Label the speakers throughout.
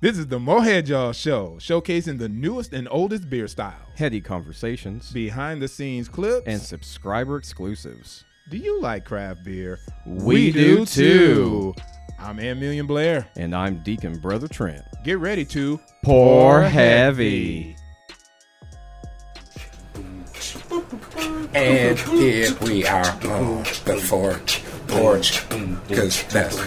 Speaker 1: This is the Mohead Y'all Show, showcasing the newest and oldest beer styles,
Speaker 2: Heady conversations
Speaker 1: behind the scenes clips,
Speaker 2: and subscriber exclusives.
Speaker 1: Do you like craft beer?
Speaker 2: We do too.
Speaker 1: I'm Ann Million Blair.
Speaker 2: And I'm Deacon Brother Trent.
Speaker 1: Get ready to
Speaker 2: Pour heavy.
Speaker 3: And here we are on the porch, porch, cause that's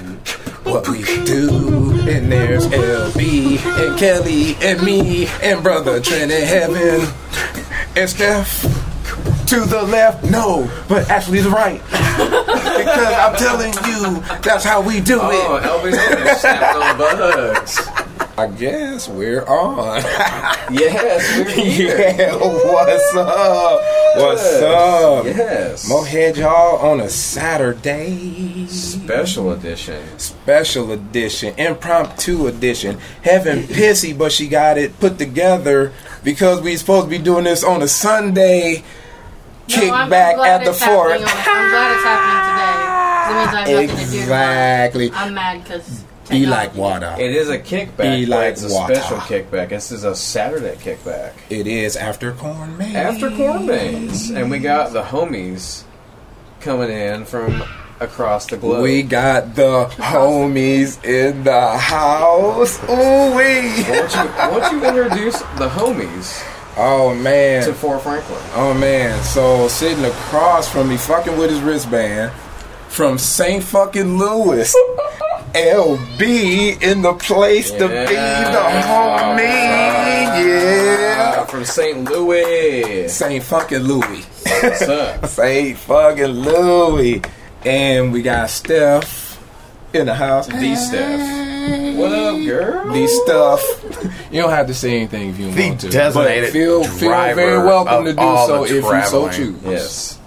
Speaker 3: what we do. And there's LB and Kelly and me and brother Trent in heaven and Steph to the left. No, but actually the right. because I'm telling you, that's how we do
Speaker 4: Oh, Elvis snapped on bugs.
Speaker 3: it. I guess we're on.
Speaker 4: Yes, we're here.
Speaker 3: yeah, what's up? What's up?
Speaker 4: Yes.
Speaker 3: Mohead y'all on a Saturday
Speaker 4: Special edition.
Speaker 3: special edition, impromptu edition. Heaven pissy, but she got it put together because we supposed to be doing this on a Sunday. Kick
Speaker 5: No, I'm- I'm
Speaker 3: back
Speaker 5: glad
Speaker 3: at the
Speaker 5: it's happening
Speaker 3: fort.
Speaker 5: on- I'm glad it's happening today. 'cause It means I have nothing to do
Speaker 3: Exactly.
Speaker 5: tomorrow. I'm mad because
Speaker 3: Be like water.
Speaker 4: It is a kickback.
Speaker 3: Be
Speaker 4: but
Speaker 3: like
Speaker 4: it's a
Speaker 3: water.
Speaker 4: special kickback. This is a Saturday kickback.
Speaker 3: It is after corn man.
Speaker 4: After corn maze. And we got the homies coming in from across the globe.
Speaker 3: We got the homies in the house. Ooh wee.
Speaker 4: why, don't you, why don't you introduce the homies
Speaker 3: Oh
Speaker 4: to
Speaker 3: man.
Speaker 4: Fort Franklin?
Speaker 3: Oh man. So sitting across from me, fucking with his wristband, from St. fucking Louis. LB in the place to be, the homie.
Speaker 4: Uh,
Speaker 3: Yeah.
Speaker 4: from St. Louis.
Speaker 3: St. fucking Louis.
Speaker 4: What's up?
Speaker 3: St. fucking Louis. And we got Steph in the house.
Speaker 4: The Steph. What up, girl?
Speaker 3: The stuff. You don't have to say anything if you
Speaker 6: The
Speaker 3: want to.
Speaker 6: designated
Speaker 3: but feel feel
Speaker 6: driver
Speaker 3: very welcome to
Speaker 6: of
Speaker 3: do
Speaker 6: all
Speaker 3: so
Speaker 6: the
Speaker 3: if you so
Speaker 6: traveling.
Speaker 3: choose.
Speaker 4: Yes.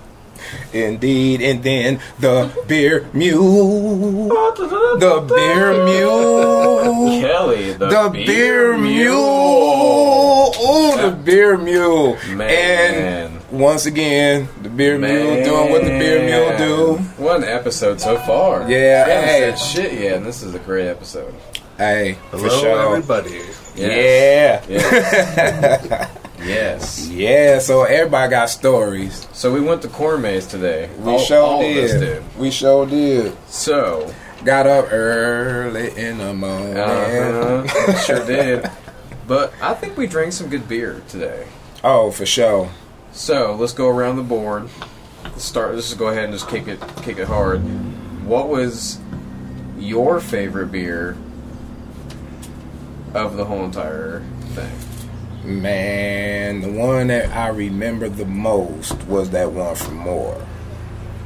Speaker 3: Indeed, and then the beer mule. The beer mule.
Speaker 4: Kelly, the,
Speaker 3: The beer, mule. Ooh, the beer mule.
Speaker 4: Man.
Speaker 3: And once again, the beer mule doing what the beer mule do.
Speaker 4: One episode so far.
Speaker 3: Yeah,
Speaker 4: We haven't
Speaker 3: hey.
Speaker 4: said shit yet, and this is a great episode.
Speaker 3: Hey, for
Speaker 6: Hello,
Speaker 3: sure.
Speaker 6: everybody.
Speaker 4: Yes.
Speaker 3: Yeah.
Speaker 4: Yes. yes.
Speaker 3: Yeah, so everybody got stories.
Speaker 4: So we went to corn maze today.
Speaker 3: We
Speaker 4: all,
Speaker 3: sure
Speaker 4: all
Speaker 3: did.
Speaker 4: Of us did.
Speaker 3: We sure did.
Speaker 4: So
Speaker 3: Got up early in the morning.
Speaker 4: uh-huh, sure did. But I think we drank some good beer today.
Speaker 3: Oh, for sure.
Speaker 4: So let's go around the board. Let's start. Let's just go ahead and just kick it, kick it hard. What was your favorite beer of the whole entire thing?
Speaker 3: Man, the one that I remember the most was that one from Moore.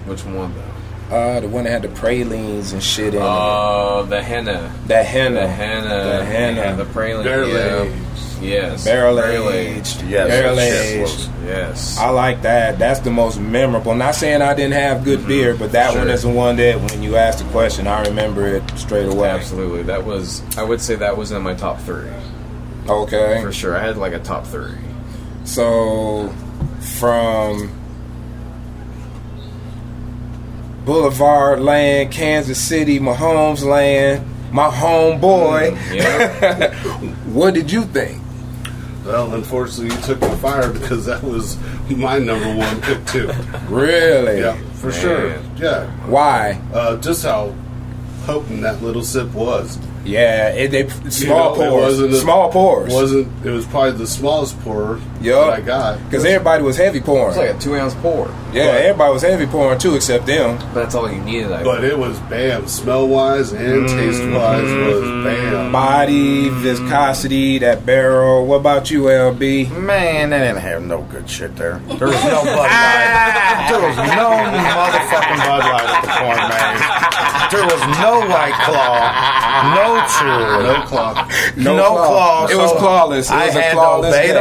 Speaker 4: Which one though?
Speaker 3: Uh, the one that had the pralines and shit in
Speaker 4: Oh, the henna,
Speaker 3: it. Uh, That henna.
Speaker 4: the henna,
Speaker 3: The henna.
Speaker 4: yeah, the praline,
Speaker 6: Barely
Speaker 4: yeah.
Speaker 6: aged.
Speaker 4: yes,
Speaker 3: barrel
Speaker 4: Praline.
Speaker 3: aged.
Speaker 6: Yes,
Speaker 3: Barrel
Speaker 6: yes,
Speaker 3: aged.
Speaker 4: yes.
Speaker 3: I like that. That's the most memorable. Not saying I didn't have good beer, but that
Speaker 4: Sure.
Speaker 3: one is the one that when you ask the question, I remember it straight away.
Speaker 4: Absolutely, that was. I would say that was in my top three
Speaker 3: Okay.
Speaker 4: for sure. I had like a top three.
Speaker 3: So, from Boulevard Land, Kansas City, Mahomes Land, my homeboy.
Speaker 4: Mm, Yeah,
Speaker 3: What did you think?
Speaker 6: Well, unfortunately, you took the fire because that was my number one pick too.
Speaker 3: Really?
Speaker 6: Yeah, for sure.
Speaker 4: Man.
Speaker 6: Yeah,
Speaker 3: Why?
Speaker 6: uh, just how potent that little sip was.
Speaker 3: Yeah, it, they
Speaker 6: You
Speaker 3: small
Speaker 6: know, it
Speaker 3: pores,
Speaker 6: wasn't a-
Speaker 3: small pores.
Speaker 6: Wasn't it was probably the smallest pour
Speaker 3: Yup.
Speaker 6: that I got.
Speaker 3: Because everybody was heavy pouring.
Speaker 4: it's like a two ounce pour.
Speaker 3: yeah,
Speaker 6: Right.
Speaker 3: everybody was heavy pouring too, except them.
Speaker 4: That's all you needed. I
Speaker 6: But it was bam, smell wise and
Speaker 7: Mm-hmm.
Speaker 6: taste wise was bam.
Speaker 3: Body viscosity, that barrel. What about you, LB?
Speaker 7: Man, they didn't have no good shit there. There was no Bud Light. There was no motherfucking Bud Light at the corn maze. There was no White Claw, no True,
Speaker 6: no clock.
Speaker 7: ah, no,
Speaker 3: claw.
Speaker 7: claw.
Speaker 3: It was
Speaker 7: so
Speaker 3: clawless. It
Speaker 7: I
Speaker 3: was a
Speaker 7: had
Speaker 3: clawless
Speaker 7: to obey
Speaker 3: day.
Speaker 7: the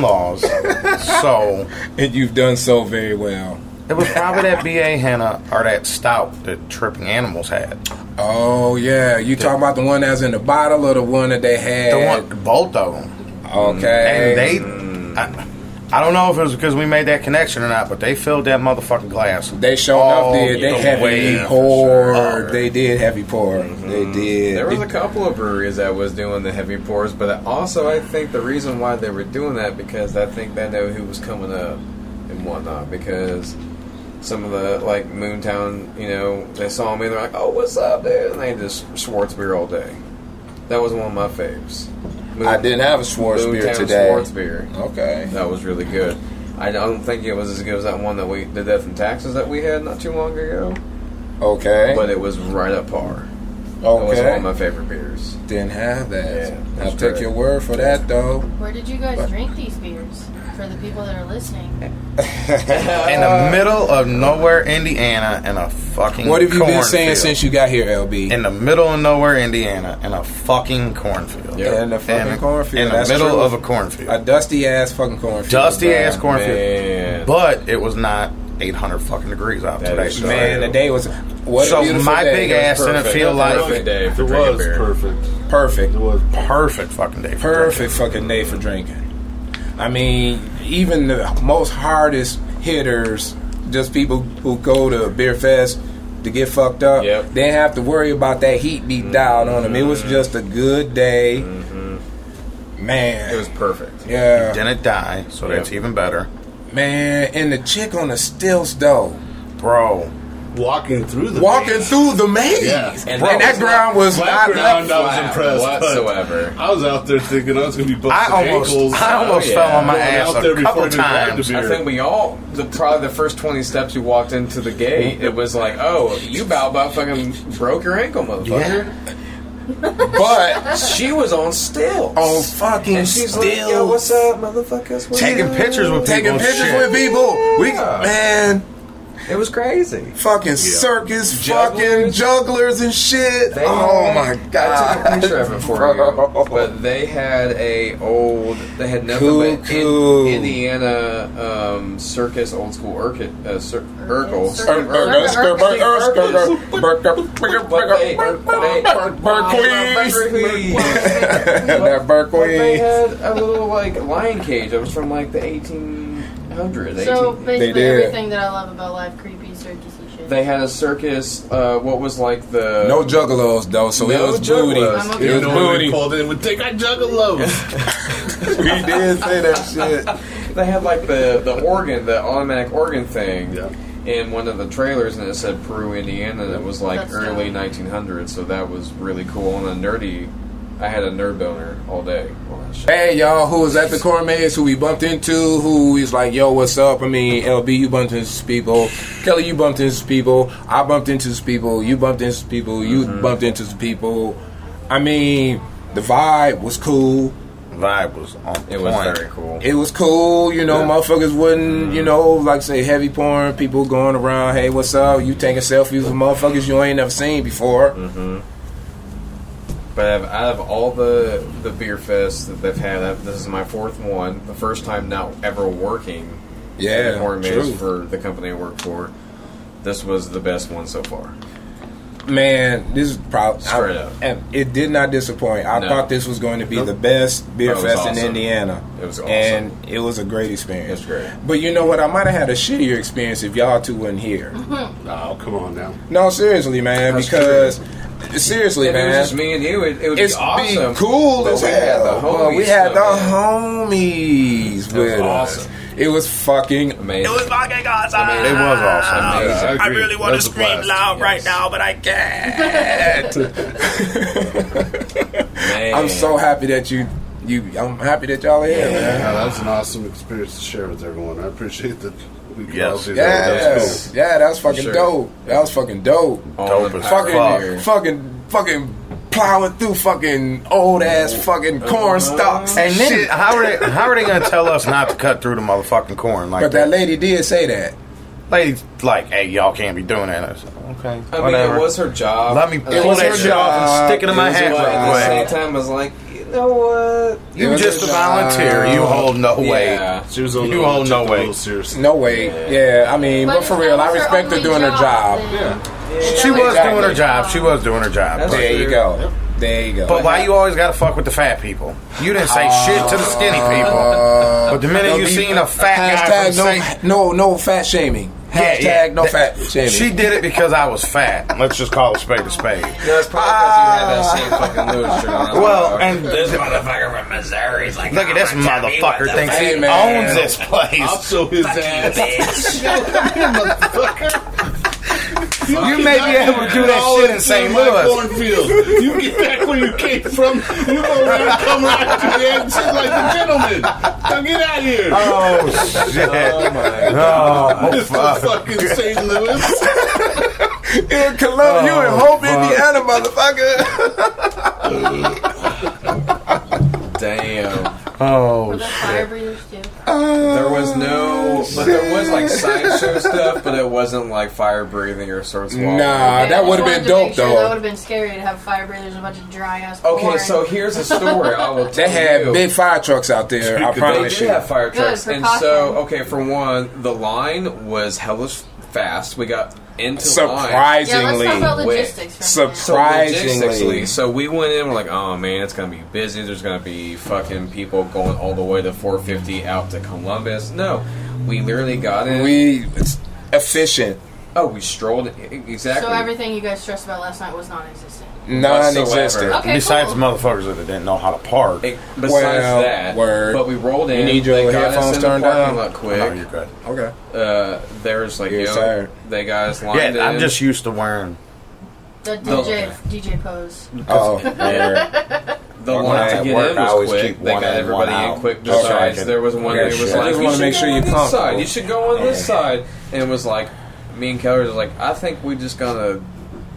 Speaker 7: laws. so
Speaker 3: And you've done so very well.
Speaker 7: it was probably that BA henna or that stout that Tripping Animals had.
Speaker 3: Oh yeah, you talking about the one that's in the bottle or the one that they
Speaker 7: The
Speaker 3: had?
Speaker 7: one, both of them,
Speaker 3: Okay.
Speaker 7: and they. I, I don't know if it was because we made that connection or not, but they filled that motherfucking glass.
Speaker 3: They showed
Speaker 7: all
Speaker 3: up there. They
Speaker 7: Oh, the way
Speaker 3: heavy
Speaker 7: for
Speaker 3: pour.
Speaker 7: sure.
Speaker 3: They did heavy pour. They did.
Speaker 4: There was
Speaker 3: They-
Speaker 4: a couple of breweries that was doing the heavy pours, but also I think the reason why they were doing that because I think they know who was coming up and whatnot because some of the like Moontown, you know, they saw me, they're like, "Oh, what's up, dude?" and they just Schwartz beer all day. That was one of my faves. Moon-
Speaker 3: I didn't have a Schwartz beer
Speaker 4: Moontown
Speaker 3: today.
Speaker 4: Schwartz beer.
Speaker 3: Okay.
Speaker 4: That was really good. I don't think it was as good as that one that we did death and taxes that we had not too long ago,
Speaker 3: Okay.
Speaker 4: but it was right up par. That was one
Speaker 3: okay.
Speaker 4: of my favorite beers.
Speaker 3: didn't have that.
Speaker 4: Yeah,
Speaker 3: I'll
Speaker 4: that's
Speaker 3: take
Speaker 4: correct.
Speaker 3: your word for that though.
Speaker 5: Where did you guys drink these beers? For the people that are listening.
Speaker 7: In the middle of nowhere, Indiana, in a fucking
Speaker 3: What have you been saying
Speaker 7: Mm, cornfield.
Speaker 3: since you got here, LB?
Speaker 7: in the middle of nowhere, Indiana, in a fucking cornfield.
Speaker 4: Yeah.
Speaker 3: in the fucking
Speaker 7: In-
Speaker 3: cornfield.
Speaker 7: In the
Speaker 3: That's
Speaker 7: middle
Speaker 3: true.
Speaker 7: of a cornfield.
Speaker 3: a dusty ass fucking cornfield.
Speaker 7: Dusty
Speaker 3: bro.
Speaker 7: ass cornfield.
Speaker 4: Man.
Speaker 7: But it was not 800 fucking degrees out
Speaker 4: That
Speaker 7: today.
Speaker 4: is
Speaker 7: so-
Speaker 3: Man, the day was what
Speaker 7: So
Speaker 3: a beautiful
Speaker 7: my
Speaker 3: day.
Speaker 7: big
Speaker 3: It was
Speaker 7: ass didn't
Speaker 3: perfect.
Speaker 7: feel like-
Speaker 4: Perfect day for
Speaker 6: it
Speaker 4: drinking
Speaker 6: was
Speaker 4: beer.
Speaker 6: perfect.
Speaker 3: perfect.
Speaker 6: It was
Speaker 7: perfect fucking day. For drinking.
Speaker 3: perfect fucking day for drinking. I mean, even the most hardest hitters, just people who go to a beer fest to get fucked up,
Speaker 4: Yep.
Speaker 3: they have to worry about that heat beat down on them. It was just a good day. Man.
Speaker 4: It was perfect.
Speaker 3: yeah.
Speaker 7: Didn't die, so that's
Speaker 4: Yeah.
Speaker 7: even better,
Speaker 3: Man, and the chick on the stilts, though.
Speaker 7: bro.
Speaker 6: walking through the
Speaker 3: Walking through the maze.
Speaker 6: Yeah.
Speaker 3: And,
Speaker 7: Bro,
Speaker 3: and that ground was
Speaker 6: Flat
Speaker 3: not
Speaker 6: ground, I was
Speaker 4: flat
Speaker 6: impressed. but
Speaker 4: whatsoever.
Speaker 6: I was out there thinking I was going to be
Speaker 7: I
Speaker 6: busting
Speaker 7: almost,
Speaker 6: ankles.
Speaker 7: I almost
Speaker 4: yeah.
Speaker 7: fell on my
Speaker 6: Going
Speaker 7: ass
Speaker 6: out there
Speaker 7: a
Speaker 6: before
Speaker 7: couple
Speaker 6: they grabbed
Speaker 7: times.
Speaker 6: the
Speaker 4: I think we all, the, probably the first 20 steps we walked into the gate, it was like, oh, you about, about fucking broke your ankle, motherfucker.
Speaker 3: but
Speaker 4: She was on stilts.
Speaker 3: on Oh, fucking
Speaker 4: and she's
Speaker 3: stilts.
Speaker 4: like, yo, what's up, motherfuckers? What's
Speaker 7: Taking
Speaker 4: up?
Speaker 7: pictures with people.
Speaker 3: Taking
Speaker 7: and
Speaker 3: pictures
Speaker 7: shit.
Speaker 3: with people. We
Speaker 4: Yeah.
Speaker 3: man,
Speaker 4: It was crazy.
Speaker 3: fucking circus, fucking
Speaker 4: Jugglers.
Speaker 3: jugglers and shit.
Speaker 4: They
Speaker 3: oh
Speaker 4: had-
Speaker 3: my
Speaker 4: I took a
Speaker 3: god!
Speaker 4: picture of it for you. But they had a old, they had nothing but in-
Speaker 3: Cuckoo.
Speaker 4: Indiana um, circus, old school Urkel. Uh, cir- Urkel.
Speaker 5: Circus.
Speaker 3: Burger, burger, burger, burger, burger, burger,
Speaker 4: But they-
Speaker 3: burger,
Speaker 4: they-
Speaker 3: burger, burger,
Speaker 4: Burger
Speaker 3: queens.
Speaker 4: queens.
Speaker 3: That burger
Speaker 4: But they
Speaker 3: queen.
Speaker 4: had a little like lion cage that was from like the 1800s.
Speaker 5: So
Speaker 4: 18
Speaker 5: basically
Speaker 3: did.
Speaker 5: everything that I love about life, creepy, circusy shit.
Speaker 4: they had a circus. Uh, what was like the
Speaker 3: No juggalos though, so it
Speaker 4: No
Speaker 3: was
Speaker 4: juggalos.
Speaker 5: I'm
Speaker 3: booty.
Speaker 5: okay.
Speaker 3: It
Speaker 6: You
Speaker 3: was
Speaker 6: know when
Speaker 3: booty.
Speaker 6: they called in with take our juggalos.
Speaker 3: We did say that shit.
Speaker 4: they had like the the organ, the automatic organ thing.
Speaker 6: Yeah.
Speaker 4: In one of the trailers, and it said Peru, Indiana, and it was like
Speaker 5: That's
Speaker 4: early
Speaker 5: dope.
Speaker 4: 1900s, so that was really cool. And a nerdy, I had a nerd boner all day. on that shit.
Speaker 3: Hey y'all, who was at the Cormaze, who we bumped into, who is like, yo, what's up? I mean, LB, you bumped into some people. Kelly, you bumped into some people. I bumped into some people. You bumped into some people. You bumped into some people. I mean, the vibe was cool.
Speaker 7: Vibe was on
Speaker 4: It was
Speaker 7: point.
Speaker 4: very cool.
Speaker 3: It was cool, you know,
Speaker 4: Yeah.
Speaker 3: motherfuckers wouldn't, you know, like say heavy porn, people going around, hey, what's up? You taking selfies with motherfuckers you ain't never seen before.
Speaker 4: But out of, out of all the the beer fests that they've had, uh, this is my fourth one. The first time not ever working.
Speaker 3: Yeah,
Speaker 4: at Corn Maze
Speaker 3: true.
Speaker 4: for the company I work for. This was the best one so far.
Speaker 3: Man, this is probably
Speaker 4: Straight up.
Speaker 3: And it did not disappoint. I
Speaker 4: No.
Speaker 3: thought this was going to be
Speaker 6: Nope.
Speaker 3: the best beer
Speaker 4: That was
Speaker 3: fest in
Speaker 4: awesome.
Speaker 3: Indiana.
Speaker 4: It was
Speaker 3: and it was a great experience.
Speaker 4: It was great.
Speaker 3: But you know what? I might have had a shittier experience if y'all two weren't here.
Speaker 6: oh, come on now.
Speaker 3: no, seriously, man,
Speaker 4: That's
Speaker 3: because seriously,
Speaker 4: If it
Speaker 3: man,
Speaker 4: was just me and you, it, it would
Speaker 3: it's
Speaker 4: be awesome.
Speaker 3: be cool
Speaker 4: But
Speaker 3: as
Speaker 4: we had
Speaker 3: hell.
Speaker 4: the
Speaker 3: But we
Speaker 4: homies,
Speaker 3: had
Speaker 4: so
Speaker 3: the
Speaker 4: man.
Speaker 3: homies
Speaker 4: was
Speaker 3: with us.
Speaker 4: awesome.
Speaker 3: It was fucking
Speaker 4: Amazing.
Speaker 8: fucking awesome.
Speaker 7: It was awesome.
Speaker 4: Amazing.
Speaker 6: I, agree.
Speaker 8: wanna
Speaker 6: That was a blast.
Speaker 4: Yes.
Speaker 8: but I can't.
Speaker 4: Man.
Speaker 3: I'm so happy that you you I'm happy that y'all are here, man.
Speaker 6: Yeah, that was an awesome experience to share with everyone. I appreciate that we could all
Speaker 7: Yes.
Speaker 6: do
Speaker 3: Yeah,
Speaker 6: that.
Speaker 3: that
Speaker 6: That's
Speaker 3: was, yeah, that was fucking
Speaker 4: Sure.
Speaker 3: dope. That was fucking dope.
Speaker 4: All
Speaker 7: Dope
Speaker 4: the
Speaker 7: as
Speaker 4: power
Speaker 3: fucking,
Speaker 7: fuck.
Speaker 4: here.
Speaker 3: fucking, fucking plowing through fucking old ass fucking corn stalks
Speaker 5: Uh-huh.
Speaker 3: and
Speaker 7: And then
Speaker 3: shit.
Speaker 7: how are they? How are they gonna tell us not to cut through the motherfucking corn? Like
Speaker 3: But that lady did say that.
Speaker 7: lady's like, "Hey, y'all can't be doing that." I said, okay,
Speaker 4: I mean,
Speaker 7: whatever.
Speaker 4: it was her job.
Speaker 7: Let me
Speaker 4: And
Speaker 7: pull
Speaker 4: was
Speaker 7: that
Speaker 4: her
Speaker 7: shit off
Speaker 3: job.
Speaker 7: and stick it in
Speaker 3: It
Speaker 7: my
Speaker 3: was
Speaker 4: But
Speaker 7: hat
Speaker 3: her
Speaker 4: at the
Speaker 7: real
Speaker 4: same
Speaker 7: quick.
Speaker 4: time, I was like, you know what?
Speaker 3: It
Speaker 7: You
Speaker 3: was
Speaker 7: just
Speaker 3: her
Speaker 7: a volunteer.
Speaker 3: job.
Speaker 7: You hold no
Speaker 4: Yeah.
Speaker 7: weight.
Speaker 6: She was on
Speaker 7: You
Speaker 6: the
Speaker 7: all
Speaker 6: took
Speaker 7: know
Speaker 6: the
Speaker 7: way.
Speaker 6: little seriously.
Speaker 3: No way. Yeah, I mean, but, for
Speaker 5: if
Speaker 3: real,
Speaker 5: that
Speaker 3: I
Speaker 5: was her
Speaker 3: respect her
Speaker 5: only
Speaker 3: doing her job.
Speaker 5: then-
Speaker 6: Yeah.
Speaker 5: That
Speaker 7: She was doing
Speaker 5: her
Speaker 7: her job. She was doing her job.
Speaker 4: That's
Speaker 7: but-
Speaker 3: There you
Speaker 4: true.
Speaker 3: go.
Speaker 4: There you go.
Speaker 7: But why you always gotta fuck with the fat people? You didn't say shit to the skinny people. but the minute you seen a fat guy from
Speaker 3: Hashtag
Speaker 7: St.
Speaker 3: no, no, no fat shaming.
Speaker 7: Yeah,
Speaker 3: Hashtag
Speaker 7: yeah.
Speaker 3: no
Speaker 7: That-
Speaker 3: fat shaming.
Speaker 7: She did it because I was fat. Let's just call a spade a spade.
Speaker 4: No, it's probably because you had that same
Speaker 3: Ah.
Speaker 4: fucking Lewis shirt on.
Speaker 7: Well, and
Speaker 8: This
Speaker 7: th-
Speaker 8: motherfucker from Missouri is like,
Speaker 7: Uh, look at this
Speaker 8: "I'ma tell you what
Speaker 7: motherfucker
Speaker 8: the
Speaker 7: thinks
Speaker 8: fuck
Speaker 7: he
Speaker 3: Hey, man.
Speaker 7: owns this
Speaker 6: I'll
Speaker 7: place.
Speaker 6: show his ass.
Speaker 8: you, bitch.
Speaker 7: You may be able to do that shit in St. Louis.
Speaker 6: Cornfield. You get back where you came from. You go around, come around to the end, shit like the gentleman. Now get out of here.
Speaker 7: Oh shit!
Speaker 3: Oh,
Speaker 6: this is fucking St. Louis.
Speaker 3: in Columbus, you in Hope, Indiana, motherfucker.
Speaker 4: damn.
Speaker 7: Oh,
Speaker 5: The fire breathers too.
Speaker 4: There was no, but there was like sideshow stuff, but it wasn't like fire breathing or sword swallowing.
Speaker 3: Nah,
Speaker 5: Yeah, I
Speaker 3: Uh, that
Speaker 5: just
Speaker 3: would have
Speaker 5: wanted
Speaker 3: been
Speaker 5: to make
Speaker 3: dope
Speaker 5: sure That would
Speaker 3: though.
Speaker 5: have been scary to have fire breathers and a bunch of dry ass.
Speaker 4: Okay,
Speaker 5: porn.
Speaker 4: so here's a story I will tell
Speaker 3: They had
Speaker 4: you.
Speaker 3: big fire trucks out there. I
Speaker 4: They
Speaker 3: promise
Speaker 4: did
Speaker 3: you.
Speaker 4: have fire
Speaker 5: Good,
Speaker 4: trucks, and
Speaker 5: precaution.
Speaker 4: so okay, for one, the line was hellish fast. We got into line.
Speaker 5: yeah, let's
Speaker 3: Surprisingly,
Speaker 5: talk about
Speaker 4: wait.
Speaker 5: logistics for a
Speaker 3: Sub-
Speaker 5: minute.
Speaker 4: So
Speaker 3: Surprisingly.
Speaker 4: logistically, so we went in. We're like, oh man, it's gonna be busy. There's gonna be fucking people going all the way to 450 out to Columbus. No, we literally got in.
Speaker 3: we it's efficient,
Speaker 4: oh, we strolled in- e, exactly.
Speaker 5: So everything you guys stressed about last night was non-existent.
Speaker 3: non-existent.
Speaker 5: Okay,
Speaker 7: Besides
Speaker 5: cool.
Speaker 7: the motherfuckers that didn't know how to park. Oh,
Speaker 4: It- E, besides
Speaker 3: Well,
Speaker 4: that,
Speaker 3: word.
Speaker 4: but we rolled in.
Speaker 3: You need your
Speaker 4: they got us
Speaker 3: headphones
Speaker 4: in the
Speaker 3: turned
Speaker 4: parking
Speaker 3: down? Oh,
Speaker 4: lot quick.
Speaker 7: No, you're good.
Speaker 3: Okay.
Speaker 4: uh, there's like
Speaker 3: You're
Speaker 4: you know,
Speaker 3: tired.
Speaker 4: they got us lined
Speaker 7: Yeah, I'm
Speaker 4: in.
Speaker 7: just used to wearing.
Speaker 5: The DJ DJ pose.
Speaker 3: Oh,
Speaker 7: Yeah.
Speaker 4: the
Speaker 7: When
Speaker 4: line
Speaker 7: I
Speaker 4: to
Speaker 7: at
Speaker 4: get
Speaker 7: work,
Speaker 4: in
Speaker 7: I
Speaker 4: was
Speaker 7: always
Speaker 4: quick.
Speaker 7: keep
Speaker 4: They
Speaker 7: one
Speaker 4: got
Speaker 7: in,
Speaker 4: everyody
Speaker 7: one
Speaker 4: in
Speaker 7: out.
Speaker 4: quick.
Speaker 7: Just so I
Speaker 4: Besides,
Speaker 7: can
Speaker 4: there was one
Speaker 7: get
Speaker 4: that was
Speaker 7: shit. I
Speaker 4: like,
Speaker 3: just
Speaker 4: you
Speaker 3: wanna
Speaker 4: should
Speaker 3: make
Speaker 4: go
Speaker 3: sure
Speaker 4: on
Speaker 3: you're
Speaker 4: this
Speaker 3: comfortable.
Speaker 4: side. You should go on this side. And it was like, me and Kelly was like, I think we just gonna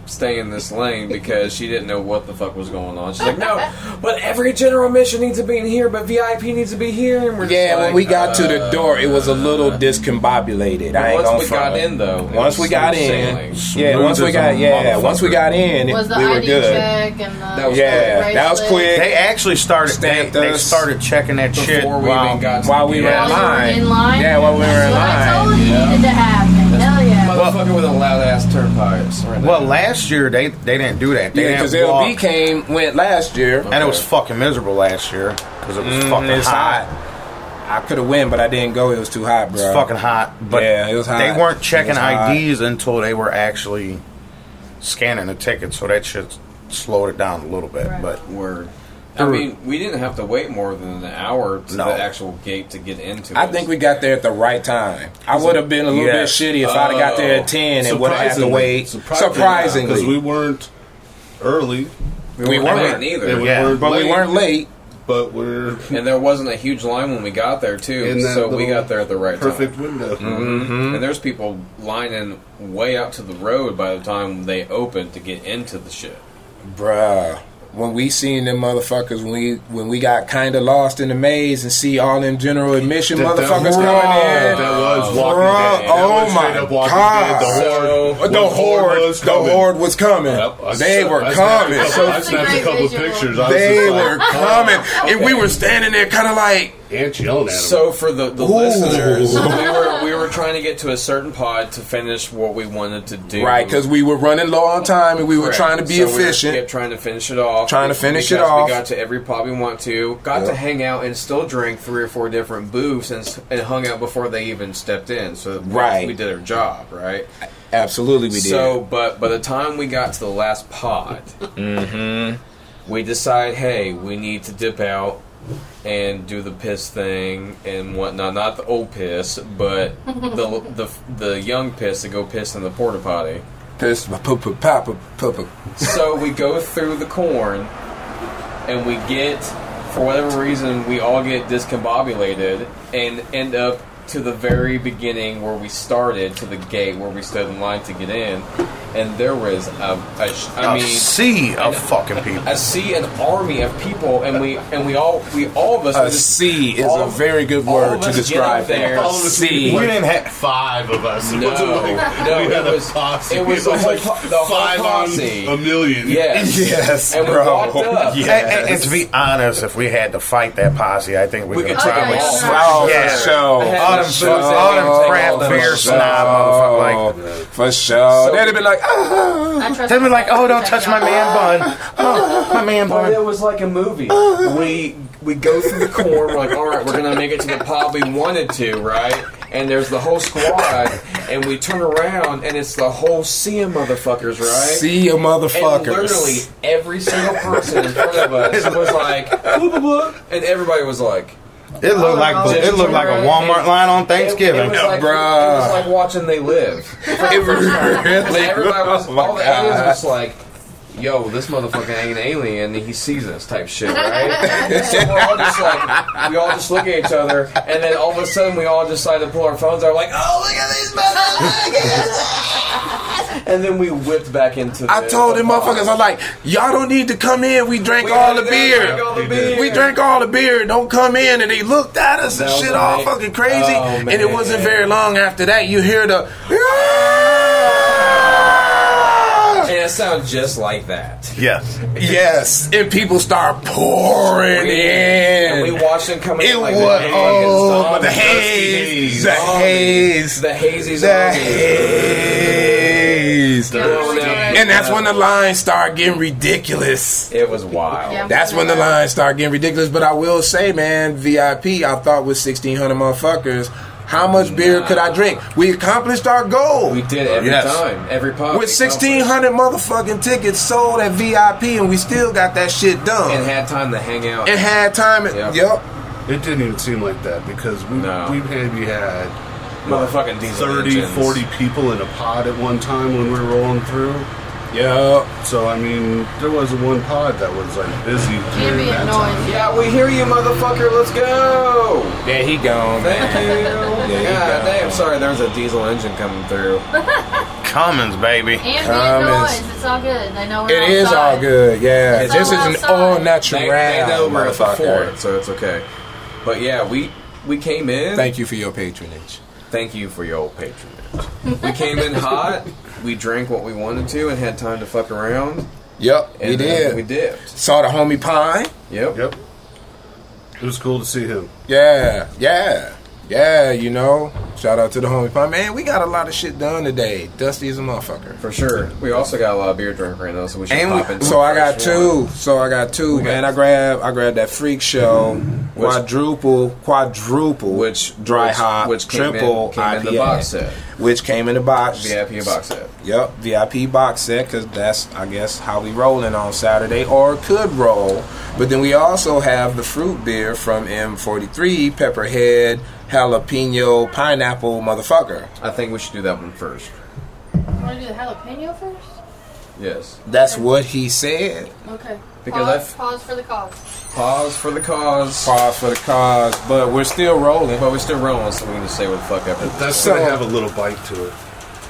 Speaker 4: stay in this lane because she didn't know what the fuck was going on. She's like, no, but every general mission needs to be in here, but VIP needs to be here. And we're just
Speaker 3: yeah.
Speaker 4: like,
Speaker 3: When we got to the
Speaker 4: uh,
Speaker 3: door, it was a little discombobulated. I ain't
Speaker 4: Once
Speaker 3: gonna
Speaker 4: we got
Speaker 3: front.
Speaker 4: in though, it
Speaker 3: Once
Speaker 4: was
Speaker 3: we got
Speaker 4: sailing.
Speaker 3: in, yeah. Once we got, yeah. Once we got in,
Speaker 5: Was the
Speaker 3: we were
Speaker 5: ID
Speaker 3: good.
Speaker 5: check and the
Speaker 4: That was
Speaker 3: Yeah, that was
Speaker 5: bracelet?
Speaker 3: quick.
Speaker 7: They actually started. They,
Speaker 3: Stamped
Speaker 7: they
Speaker 3: us
Speaker 7: started checking that shit
Speaker 4: before we
Speaker 7: while-
Speaker 4: even got to
Speaker 3: while
Speaker 4: the
Speaker 3: we were
Speaker 4: gate.
Speaker 3: in
Speaker 5: While you
Speaker 3: line.
Speaker 5: were in line.
Speaker 3: Yeah, while we were
Speaker 5: That's
Speaker 3: in
Speaker 5: what I
Speaker 3: line.
Speaker 5: told you needed to happen. Hell yeah.
Speaker 4: Motherfucker with a loud ass turnpikes. Right
Speaker 7: Well, last year they they didn't do that. They
Speaker 3: Yeah,
Speaker 7: didn't
Speaker 3: because LB
Speaker 7: walk,
Speaker 3: came went last year.
Speaker 7: and it was fucking miserable last year because it was fucking
Speaker 3: it's hot.
Speaker 7: hot.
Speaker 3: I could have went, but I didn't go. It was too hot, bro.
Speaker 7: It's fucking hot. But
Speaker 3: Yeah, it was hot.
Speaker 7: they
Speaker 3: It
Speaker 7: weren't checking
Speaker 3: was hot.
Speaker 7: IDs until they were actually scanning the ticket, so that shit slowed it down a little bit.
Speaker 5: Right.
Speaker 7: But
Speaker 4: Word. I mean, we didn't have to wait more than an hour to
Speaker 7: No.
Speaker 4: the actual gate to get into.
Speaker 3: I
Speaker 4: it.
Speaker 3: think we got there at the right time. I would have been a little
Speaker 7: Yes.
Speaker 3: bit shitty if I'd have got there
Speaker 4: Oh.
Speaker 3: at ten and would have had to wait. Surprisingly,
Speaker 6: because we weren't early.
Speaker 3: we
Speaker 4: I
Speaker 3: weren't,
Speaker 4: didn't either,
Speaker 7: Yeah,
Speaker 3: but we
Speaker 6: late,
Speaker 3: weren't late.
Speaker 6: But we're
Speaker 4: and there wasn't a huge line when we got there too.
Speaker 6: in that
Speaker 4: So we
Speaker 6: little
Speaker 4: got there at the right
Speaker 6: perfect
Speaker 4: time. Mm-hmm.
Speaker 6: window.
Speaker 3: Mm-hmm.
Speaker 4: And there's people lining way out to the road by the time they opened to get into the shit.
Speaker 3: Bruh. When we seen them motherfuckers, when we when we got kind of lost in the maze and see all them general admission
Speaker 6: That- that-
Speaker 3: motherfuckers
Speaker 6: that
Speaker 3: coming in,
Speaker 6: was walking
Speaker 3: Bruh,
Speaker 6: dead. That
Speaker 3: oh
Speaker 6: was straight
Speaker 3: my
Speaker 6: up Walking
Speaker 3: God.
Speaker 6: Dead.
Speaker 4: So-
Speaker 6: The
Speaker 3: the
Speaker 6: horde,
Speaker 3: horde,
Speaker 6: was- was
Speaker 3: the
Speaker 6: coming.
Speaker 3: horde was coming.
Speaker 6: Yep, I
Speaker 3: they
Speaker 6: snapped-
Speaker 3: were
Speaker 6: I snapped a
Speaker 3: coming.
Speaker 6: couple- I
Speaker 5: That's a
Speaker 6: snapped a
Speaker 5: great
Speaker 6: couple
Speaker 5: visual.
Speaker 6: pictures. I was
Speaker 3: They
Speaker 6: just like,
Speaker 3: were coming, and we were standing there, kind of like,
Speaker 6: Ants yelling at him.
Speaker 4: So for the, the
Speaker 3: Ooh.
Speaker 4: listeners, we were we were trying to get to a certain pod to finish what we wanted to do.
Speaker 3: Right, because we were running low on time and we were
Speaker 4: Correct.
Speaker 3: trying to be
Speaker 4: So we
Speaker 3: efficient.
Speaker 4: kept trying to finish it off.
Speaker 3: Trying to finish it
Speaker 4: because
Speaker 3: off.
Speaker 4: We got to every pub we want to. Got to hang out and still drink three or four different booths and, s- and hung out before they even stepped in. So we-
Speaker 3: Right.
Speaker 4: we did our job right.
Speaker 3: Absolutely, we did.
Speaker 4: So, but by the time we got to the last pod,
Speaker 3: Mm-hmm.
Speaker 4: we decide, hey, we need to dip out and do the piss thing and whatnot. Not the old piss, but the the the young piss to go piss in the porta potty.
Speaker 3: Piss, poop, poop, pop, poop, poop, poop.
Speaker 4: So we go through the corn, and we get, for whatever reason, we all get discombobulated and end up to the very beginning where we started, to the gate where we stood in line to get in, and there was a, a sh- I
Speaker 7: a
Speaker 4: mean.
Speaker 7: sea of fucking people.
Speaker 4: I see an army of people, and we and we all we all of us
Speaker 3: A C is
Speaker 4: all
Speaker 3: a
Speaker 4: of-
Speaker 3: very good
Speaker 4: all
Speaker 3: word
Speaker 4: of
Speaker 3: to
Speaker 4: us get
Speaker 3: describe
Speaker 4: up there.
Speaker 3: that.
Speaker 6: All of us
Speaker 3: C.
Speaker 7: We didn't have.
Speaker 6: five of us. It
Speaker 4: No,
Speaker 6: wasn't like
Speaker 4: no,
Speaker 6: we
Speaker 4: it
Speaker 6: had a
Speaker 4: was-
Speaker 6: posse.
Speaker 4: it was a whole po- the whole
Speaker 6: five on
Speaker 4: posse.
Speaker 6: a million.
Speaker 4: Yes,
Speaker 3: Yes,
Speaker 4: and we
Speaker 3: bro.
Speaker 4: walked up.
Speaker 3: Yes.
Speaker 7: And, and- and to be honest, if we had to fight that posse, I think we,
Speaker 4: We
Speaker 7: could
Speaker 4: could take
Speaker 7: probably.
Speaker 5: them all.
Speaker 7: slap
Speaker 3: Oh,
Speaker 7: Yeah.
Speaker 3: for sure.
Speaker 7: All them,
Speaker 4: Sure.
Speaker 7: all them craft
Speaker 4: For
Speaker 7: beer
Speaker 3: Oh, sure.
Speaker 7: snob motherfucker like
Speaker 3: For sure. They'd have been like, "Ah,
Speaker 5: I trust
Speaker 7: They'd be like,
Speaker 5: myself
Speaker 7: oh,
Speaker 5: to
Speaker 7: don't
Speaker 5: protect
Speaker 7: touch my man bun. Oh, my man
Speaker 4: But it
Speaker 7: bun.
Speaker 4: was like a movie. We we go through the corn. We're like, all right, we're gonna make it to the pod we wanted to, right? And there's the whole squad, and we turn around, and it's the whole sea of motherfuckers, right?
Speaker 3: See you,
Speaker 4: and
Speaker 3: motherfuckers.
Speaker 4: literally every single person in front of us was like, "Blah, blah, blah," and everybody was like,
Speaker 7: It looked like it looked like a Walmart line on
Speaker 4: It, it
Speaker 7: Thanksgiving.
Speaker 4: was like,
Speaker 3: Bruh.
Speaker 4: it was like watching They Live.
Speaker 3: It really
Speaker 4: Everybody was,
Speaker 3: oh my
Speaker 4: all the
Speaker 3: God.
Speaker 4: aliens was like, yo, this motherfucking ain't an alien, he sees us type shit, right? so we're all just like, we all just look at each other, and then all of a sudden we all decide to pull our phones out, like, oh, look at these motherfuckers! and then we whipped back into the
Speaker 3: I told them motherfuckers, I'm like, y'all don't need to come in. We drank
Speaker 4: We
Speaker 3: all the
Speaker 4: drank
Speaker 3: beer.
Speaker 4: all the beer.
Speaker 3: We drank all the beer. Don't come in. And they looked at us and
Speaker 4: That was
Speaker 3: shit all
Speaker 4: amazing.
Speaker 3: fucking crazy.
Speaker 4: Oh,
Speaker 3: and it wasn't
Speaker 4: man.
Speaker 3: very long after that. You hear the.
Speaker 4: And it sounds just like that.
Speaker 7: Yes.
Speaker 3: Yes. And people start pouring
Speaker 4: And we
Speaker 3: in.
Speaker 4: watched them coming
Speaker 3: It
Speaker 4: in like
Speaker 3: was.
Speaker 4: the
Speaker 3: Oh, the haze.
Speaker 4: haze.
Speaker 3: The haze.
Speaker 4: The hazy
Speaker 3: The
Speaker 4: zombies.
Speaker 3: haze.
Speaker 4: Blowing out
Speaker 3: And that's when the lines start getting ridiculous.
Speaker 4: It was wild.
Speaker 5: Yeah.
Speaker 3: That's when the lines start getting ridiculous. But I will say, man, VIP, I thought was 1,600 motherfuckers. How much beer could I drink? We accomplished our goal.
Speaker 4: We did every
Speaker 7: Yes.
Speaker 4: time, every pub.
Speaker 3: With
Speaker 4: we
Speaker 3: 1,600 motherfucking tickets sold at VIP, and we still got that shit
Speaker 4: felt- and
Speaker 3: done.
Speaker 4: had time to hang out.
Speaker 3: And had time.
Speaker 4: Yep.
Speaker 3: Yep.
Speaker 6: It didn't even seem like that because we,
Speaker 4: No.
Speaker 6: we maybe had
Speaker 4: Motherfucking diesel
Speaker 6: 30,
Speaker 4: engines.
Speaker 6: 40 people in a pod at one time when we were rolling through.
Speaker 3: Yep.
Speaker 6: So, I mean, there was one pod that was like busy
Speaker 5: Can't
Speaker 6: during
Speaker 5: be
Speaker 6: that time.
Speaker 5: annoying.
Speaker 4: Yeah, we hear you, motherfucker. Let's go.
Speaker 3: There he gone.
Speaker 4: Thank you.
Speaker 3: you go.
Speaker 4: God damn. Sorry, there was a diesel engine coming through.
Speaker 7: Commons, baby.
Speaker 5: Ambient
Speaker 3: Comments.
Speaker 5: noise. It's all good. They know we're
Speaker 3: It is
Speaker 5: outside.
Speaker 3: all good, yeah.
Speaker 5: It's
Speaker 3: this
Speaker 5: all
Speaker 3: is an
Speaker 5: outside.
Speaker 3: all natural
Speaker 4: They, they know we're for
Speaker 3: motherfucker.
Speaker 4: it, so it's okay. But yeah, we we came in.
Speaker 3: Thank you for your patronage.
Speaker 4: Thank you for your old patronage. we came in hot. We drank what we wanted to and had time to fuck around.
Speaker 3: Yep,
Speaker 4: And
Speaker 3: we
Speaker 4: then
Speaker 3: did.
Speaker 4: We dipped.
Speaker 3: Saw the homie Pine.
Speaker 4: Yep.
Speaker 6: Yep. It was cool to see him.
Speaker 3: Yeah, yeah, yeah. You know, shout out to the homie Pine. Man, we got a lot of shit done today. Dusty is a motherfucker.
Speaker 4: For sure. We also got a lot of beer drunk right now, so we should pop
Speaker 3: And
Speaker 4: in.
Speaker 3: we,
Speaker 4: some
Speaker 3: so I got
Speaker 4: fresh wine.
Speaker 3: two. So I got two, man. I grabbed I grabbed that freak show quadruple quadruple
Speaker 4: Which
Speaker 3: dry
Speaker 4: which,
Speaker 3: hop
Speaker 4: which came
Speaker 3: triple
Speaker 4: in, came in the
Speaker 3: IPA,
Speaker 4: box set,
Speaker 3: which came in the box
Speaker 4: VIP box set.
Speaker 3: Yep, VIP box set because that's I guess how we rolling on Saturday or could roll. But then we also have the fruit beer from M43 Pepperhead Jalapeno Pineapple Motherfucker.
Speaker 4: I think we should do that one first.
Speaker 5: Want to do the jalapeno first?
Speaker 4: Yes.
Speaker 3: That's what he said.
Speaker 5: Okay.
Speaker 4: Because
Speaker 5: pause,
Speaker 4: I've-
Speaker 5: pause for the cause.
Speaker 4: Pause for the cause.
Speaker 3: Pause for the cause, but we're still rolling.
Speaker 4: But we're still rolling, so we can just say what the fuck happened.
Speaker 6: That's
Speaker 3: So-
Speaker 6: going to have a little bite to it.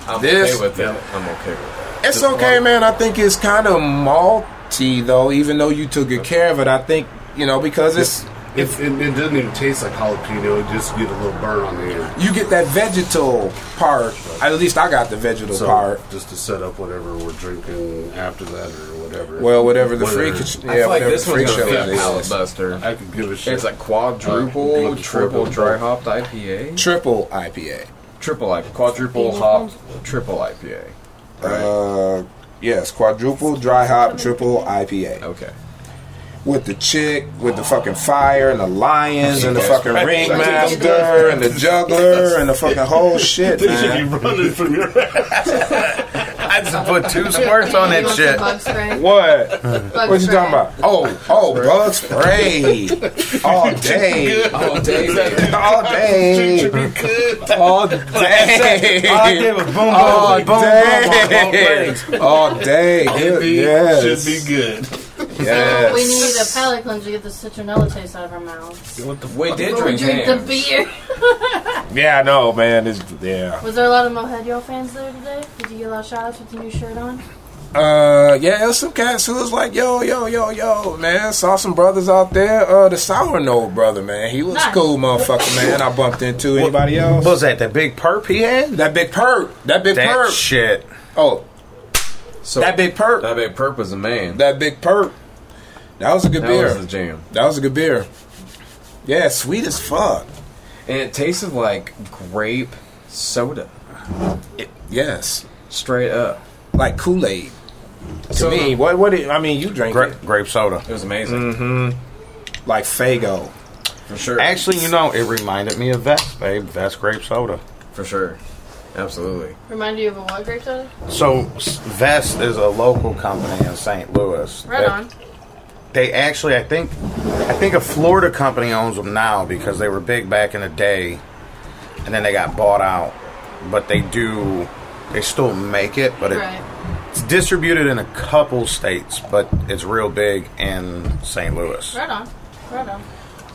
Speaker 4: I'm
Speaker 3: This-
Speaker 4: okay with it. I'm okay with that.
Speaker 3: It's okay, man. I think it's kind of malty though, even though you took good care of it. I think you know because it's
Speaker 6: It, it, it doesn't even taste like jalapeno. It just get a little burn on the end.
Speaker 3: you get that vegetal part. At least I got the vegetal
Speaker 6: So,
Speaker 3: part.
Speaker 6: just to set up whatever we're drinking after that or whatever.
Speaker 3: Well, whatever the freak,
Speaker 6: Whatever.
Speaker 3: yeah,
Speaker 4: I feel like
Speaker 3: whatever
Speaker 4: this
Speaker 3: the
Speaker 4: one's
Speaker 3: freak
Speaker 4: gonna
Speaker 3: show
Speaker 4: be a
Speaker 3: it
Speaker 4: palate
Speaker 3: is.
Speaker 4: buster.
Speaker 6: I could give a shit.
Speaker 4: It's a quadruple,
Speaker 6: Uh,
Speaker 4: triple dry hopped IPA,
Speaker 3: Triple IPA.
Speaker 4: triple IPA, quadruple hop, triple IPA. Right?
Speaker 3: Uh, yes, quadruple dry hop triple IPA
Speaker 4: okay.
Speaker 3: with the chick, with the fucking fire and the lions and the fucking ringmaster and the juggler and the fucking whole shit,
Speaker 6: They should be
Speaker 3: man.
Speaker 6: running from your
Speaker 7: I just put two squirts on
Speaker 5: You
Speaker 7: that
Speaker 5: want some
Speaker 7: shit.
Speaker 5: Bug spray?
Speaker 3: What?
Speaker 5: Bug
Speaker 3: What you
Speaker 5: spray.
Speaker 3: talking about? Oh, oh, bug spray all day,
Speaker 4: Oh, David.
Speaker 3: all day, all day.
Speaker 7: All I did was boom, boom,
Speaker 3: All
Speaker 7: boom, boom, boom, on both
Speaker 3: day,
Speaker 7: legs.
Speaker 3: all day.
Speaker 6: Should be,
Speaker 3: Yes,
Speaker 6: should be good.
Speaker 5: So we
Speaker 3: yes.
Speaker 5: need a palate cleanser to get the citronella taste out of our mouths.
Speaker 4: We did
Speaker 5: Before we
Speaker 4: drink,
Speaker 5: drink the
Speaker 4: hands.
Speaker 5: beer.
Speaker 3: Yeah, I know, man. It's yeah.
Speaker 5: Was there a lot of Mohead Yo fans there today? Did you get a lot of shout-outs with the new shirt on?
Speaker 3: Uh, yeah, there's some cats who was like, yo, yo, yo, yo, man. Saw some brothers out there. Uh, the sour note brother, man. He was
Speaker 5: Nice.
Speaker 3: cool, motherfucker, man. I bumped into anybody else.
Speaker 7: What was that? That big perp he had?
Speaker 3: That big perp. That big
Speaker 7: That
Speaker 3: perp.
Speaker 7: shit.
Speaker 3: oh,
Speaker 4: So
Speaker 3: that big perp.
Speaker 4: That big perp was a man.
Speaker 3: that big perp. That was a good
Speaker 4: That
Speaker 3: beer.
Speaker 4: was the jam.
Speaker 3: that was a good beer. Yeah, sweet as fuck.
Speaker 4: And it tasted like grape soda.
Speaker 3: Yes.
Speaker 4: Straight up.
Speaker 3: like Kool Aid. To
Speaker 4: So-
Speaker 3: me, what what it, I mean, you drink
Speaker 7: Gra-
Speaker 3: it
Speaker 7: grape soda.
Speaker 4: It was amazing
Speaker 3: like Fago.
Speaker 4: for sure.
Speaker 7: Actually, you know, it reminded me of Vest, babe. That's grape soda.
Speaker 4: for sure, absolutely.
Speaker 5: Remind you of a what grape soda?
Speaker 7: So S- Vest is a local company in St. Louis.
Speaker 5: Right
Speaker 7: They-
Speaker 5: on.
Speaker 7: They actually, I think, I think a Florida company owns them now because they were big back in the day, and then they got bought out. But they do, they still make it, but it,
Speaker 5: Right.
Speaker 7: it's distributed in a couple states, but it's real big in St. Louis.
Speaker 5: Right on. Right on.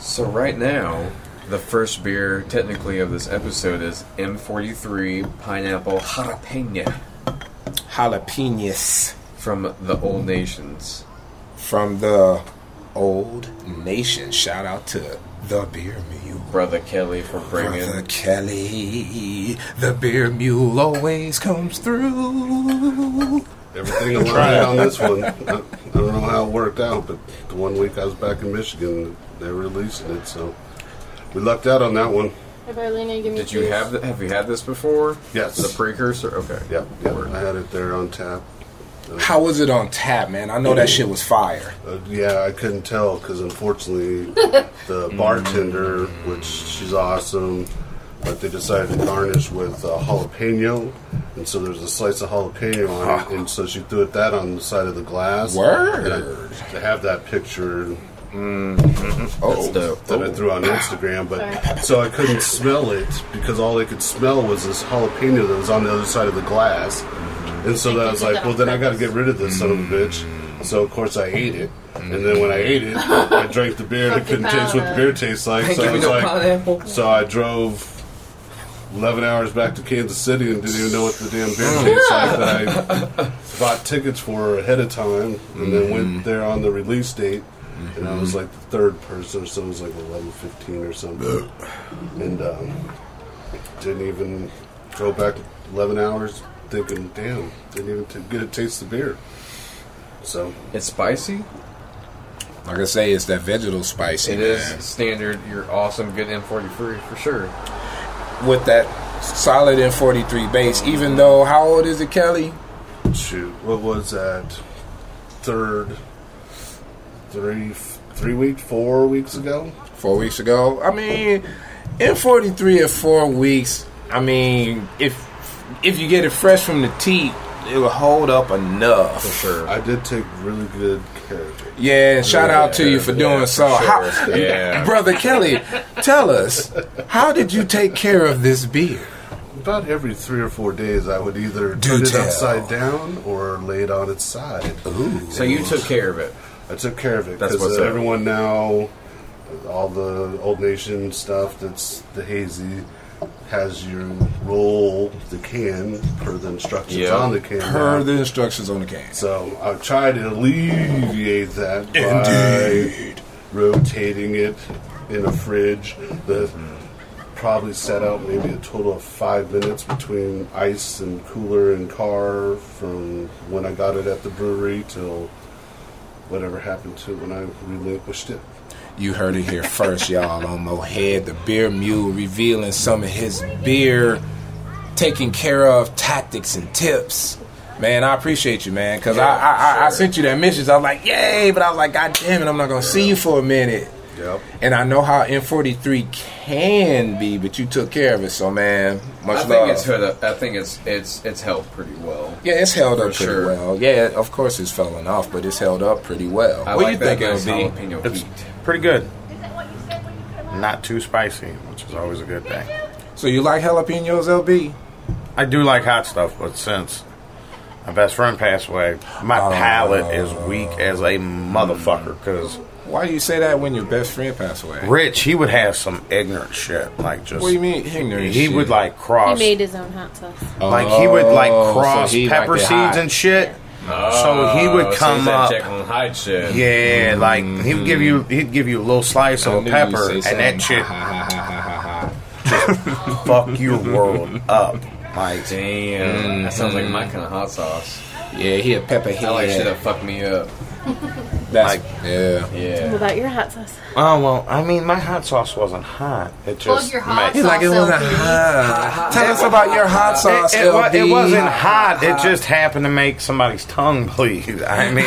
Speaker 4: So right now, the first beer technically of this episode is M43 Pineapple Jalapeno
Speaker 3: Jalapenos
Speaker 4: from the Old Nations.
Speaker 3: from the Old Nation. Shout out to the Beer Mule.
Speaker 4: Brother Kelly for
Speaker 3: Brother
Speaker 4: bringing
Speaker 3: Kelly, the beer mule always comes through.
Speaker 6: Everything aligned on this one. I, I don't know how it worked out, but the one week I was back in Michigan, they were releasing it, so we lucked out on that one.
Speaker 5: Hey, Barlina, give me
Speaker 4: Did you
Speaker 5: two.
Speaker 4: have the, have you had this before?
Speaker 6: Yes.
Speaker 4: The precursor. Okay.
Speaker 6: Yep, yep. I had it there on tap.
Speaker 3: How was it on tap, man? I know that
Speaker 4: Mm-hmm.
Speaker 3: shit was fire.
Speaker 6: Uh, yeah, I couldn't tell because unfortunately, the bartender, which she's awesome, but they decided to garnish with uh, jalapeno, and so there's a slice of jalapeno on it, and so she threw it that on the side of the glass.
Speaker 3: Word.
Speaker 6: And I, I have that picture
Speaker 4: That's dope.
Speaker 6: that I threw on Instagram, but so I couldn't smell it because all I could smell was this jalapeno that was on the other side of the glass. And so then I was like, well, then I got to get rid of this son of a bitch. So of course I ate it, and then when I ate it, I drank the beer and I couldn't taste what the beer tastes like. So I was like, so I drove. 11 hours back to Kansas City and didn't even know what the damn beer tastes like that I bought tickets for ahead of time and then went there on the release date. And I was like the third person, so it was like 11, 15 or something. and um, didn't even drove back 11 hours thinking, damn, didn't even t- get a taste of beer. So,
Speaker 4: It's spicy.
Speaker 3: Like I say, it's that vegetal spicy.
Speaker 4: It is standard. You're awesome. Good M43 for sure.
Speaker 3: With that solid M43 base, even though, how old is it, Kelly?
Speaker 6: shoot, what was that? Third, three, three week, four weeks ago?
Speaker 3: Four weeks ago? I mean, M43 at four weeks, I mean, if if you get it fresh from the teat, it will hold up enough.
Speaker 4: For sure.
Speaker 6: I did take really good care of it.
Speaker 3: Yeah, and shout out to you for doing so. How-
Speaker 4: yeah.
Speaker 3: Brother Kelly, tell us, how did you take care of this beer?
Speaker 6: About every three or four days, I would either
Speaker 3: Do
Speaker 6: turn
Speaker 3: tell.
Speaker 6: it upside down or lay it on its side.
Speaker 4: So you took care of it.
Speaker 6: I took care of it
Speaker 4: That's
Speaker 6: because
Speaker 4: what's
Speaker 6: uh,
Speaker 4: up.
Speaker 6: everyone now, all the old nation stuff that's the hazy, has you roll the can per the instructions
Speaker 4: Yeah.
Speaker 6: on the can.
Speaker 3: Per
Speaker 6: now.
Speaker 3: the instructions on the can.
Speaker 6: so I've tried to alleviate that by rotating it in a fridge that probably sat out maybe a total of five minutes between ice and cooler and car from when I got it at the brewery till whatever happened to it when I relinquished it.
Speaker 3: You heard it here first, y'all, on Mohead, the beer mule, revealing some of his beer taking care of tactics and tips. Man, I appreciate you, man, because I, I, I, I sent you that message. I was like, yay, but I was like, God damn it, I'm not going to see you for a minute.
Speaker 6: Yep.
Speaker 3: And I know how M43 can be, but you took care of it, so man, much love.
Speaker 4: I think it's held up. I think it's it's it's helped pretty well.
Speaker 3: Yeah, it's held up pretty
Speaker 4: For sure.
Speaker 3: well. Yeah, of course it's falling off, but it's held up pretty well.
Speaker 4: I
Speaker 3: what
Speaker 4: like
Speaker 3: do you
Speaker 4: that
Speaker 3: think it'll
Speaker 4: nice
Speaker 3: be?
Speaker 4: jalapeno
Speaker 7: It's
Speaker 4: heat.
Speaker 7: pretty good. Not too spicy, which is always a good thing.
Speaker 3: So you like jalapenos, LB?
Speaker 7: I do like hot stuff, but since my best friend passed away, my palate is weak as a motherfucker. Because
Speaker 3: Why do you say that when your best friend passed away?
Speaker 7: Rich, he would have some ignorant shit, like just
Speaker 3: What do you mean ignorant?
Speaker 7: he
Speaker 3: shit?
Speaker 7: would like
Speaker 9: He
Speaker 7: cross,
Speaker 9: made his own hot sauce.
Speaker 7: like he would like
Speaker 3: Oh, so
Speaker 7: cross
Speaker 3: he liked
Speaker 7: pepper
Speaker 3: it
Speaker 7: seeds
Speaker 3: hot.
Speaker 7: and shit. so he
Speaker 4: Oh,
Speaker 7: would
Speaker 4: so
Speaker 7: come
Speaker 4: it's that
Speaker 7: up,
Speaker 4: Jekyll and Hyde shit.
Speaker 7: yeah, like he would give you he'd give you a little slice
Speaker 3: I
Speaker 7: of
Speaker 3: knew you'd
Speaker 7: a pepper,
Speaker 3: say
Speaker 7: and
Speaker 3: something.
Speaker 7: that shit fuck your world up. Like
Speaker 4: Damn, that sounds like my kind of hot sauce.
Speaker 3: yeah, he a pepper head.
Speaker 4: That like shit that fucked me up.
Speaker 3: That's
Speaker 7: Like-
Speaker 3: yeah.
Speaker 4: Yeah.
Speaker 9: Without your hot sauce.
Speaker 7: Oh well, I mean, my hot sauce wasn't hot. It
Speaker 5: Well,
Speaker 7: just
Speaker 5: your hot
Speaker 7: made-
Speaker 5: sauce
Speaker 3: Like it
Speaker 5: LP.
Speaker 3: wasn't hot. Tell us about your hot sauce.
Speaker 7: It, it, wa-
Speaker 3: LD.
Speaker 7: it wasn't hot. It just happened to make somebody's tongue bleed. I mean,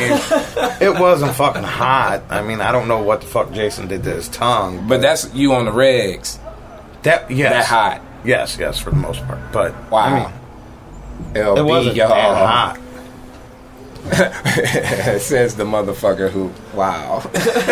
Speaker 7: it wasn't fucking hot. I mean, I don't know what the fuck Jason did to his tongue,
Speaker 3: But that's you on the regs.
Speaker 7: but that yes,
Speaker 3: That hot.
Speaker 7: Yes, yes, for the most part. But
Speaker 3: Wow.
Speaker 7: I mean,
Speaker 3: LD,
Speaker 7: it wasn't
Speaker 3: y'all.
Speaker 7: that hot.
Speaker 3: Says the motherfucker who. Wow.
Speaker 5: So have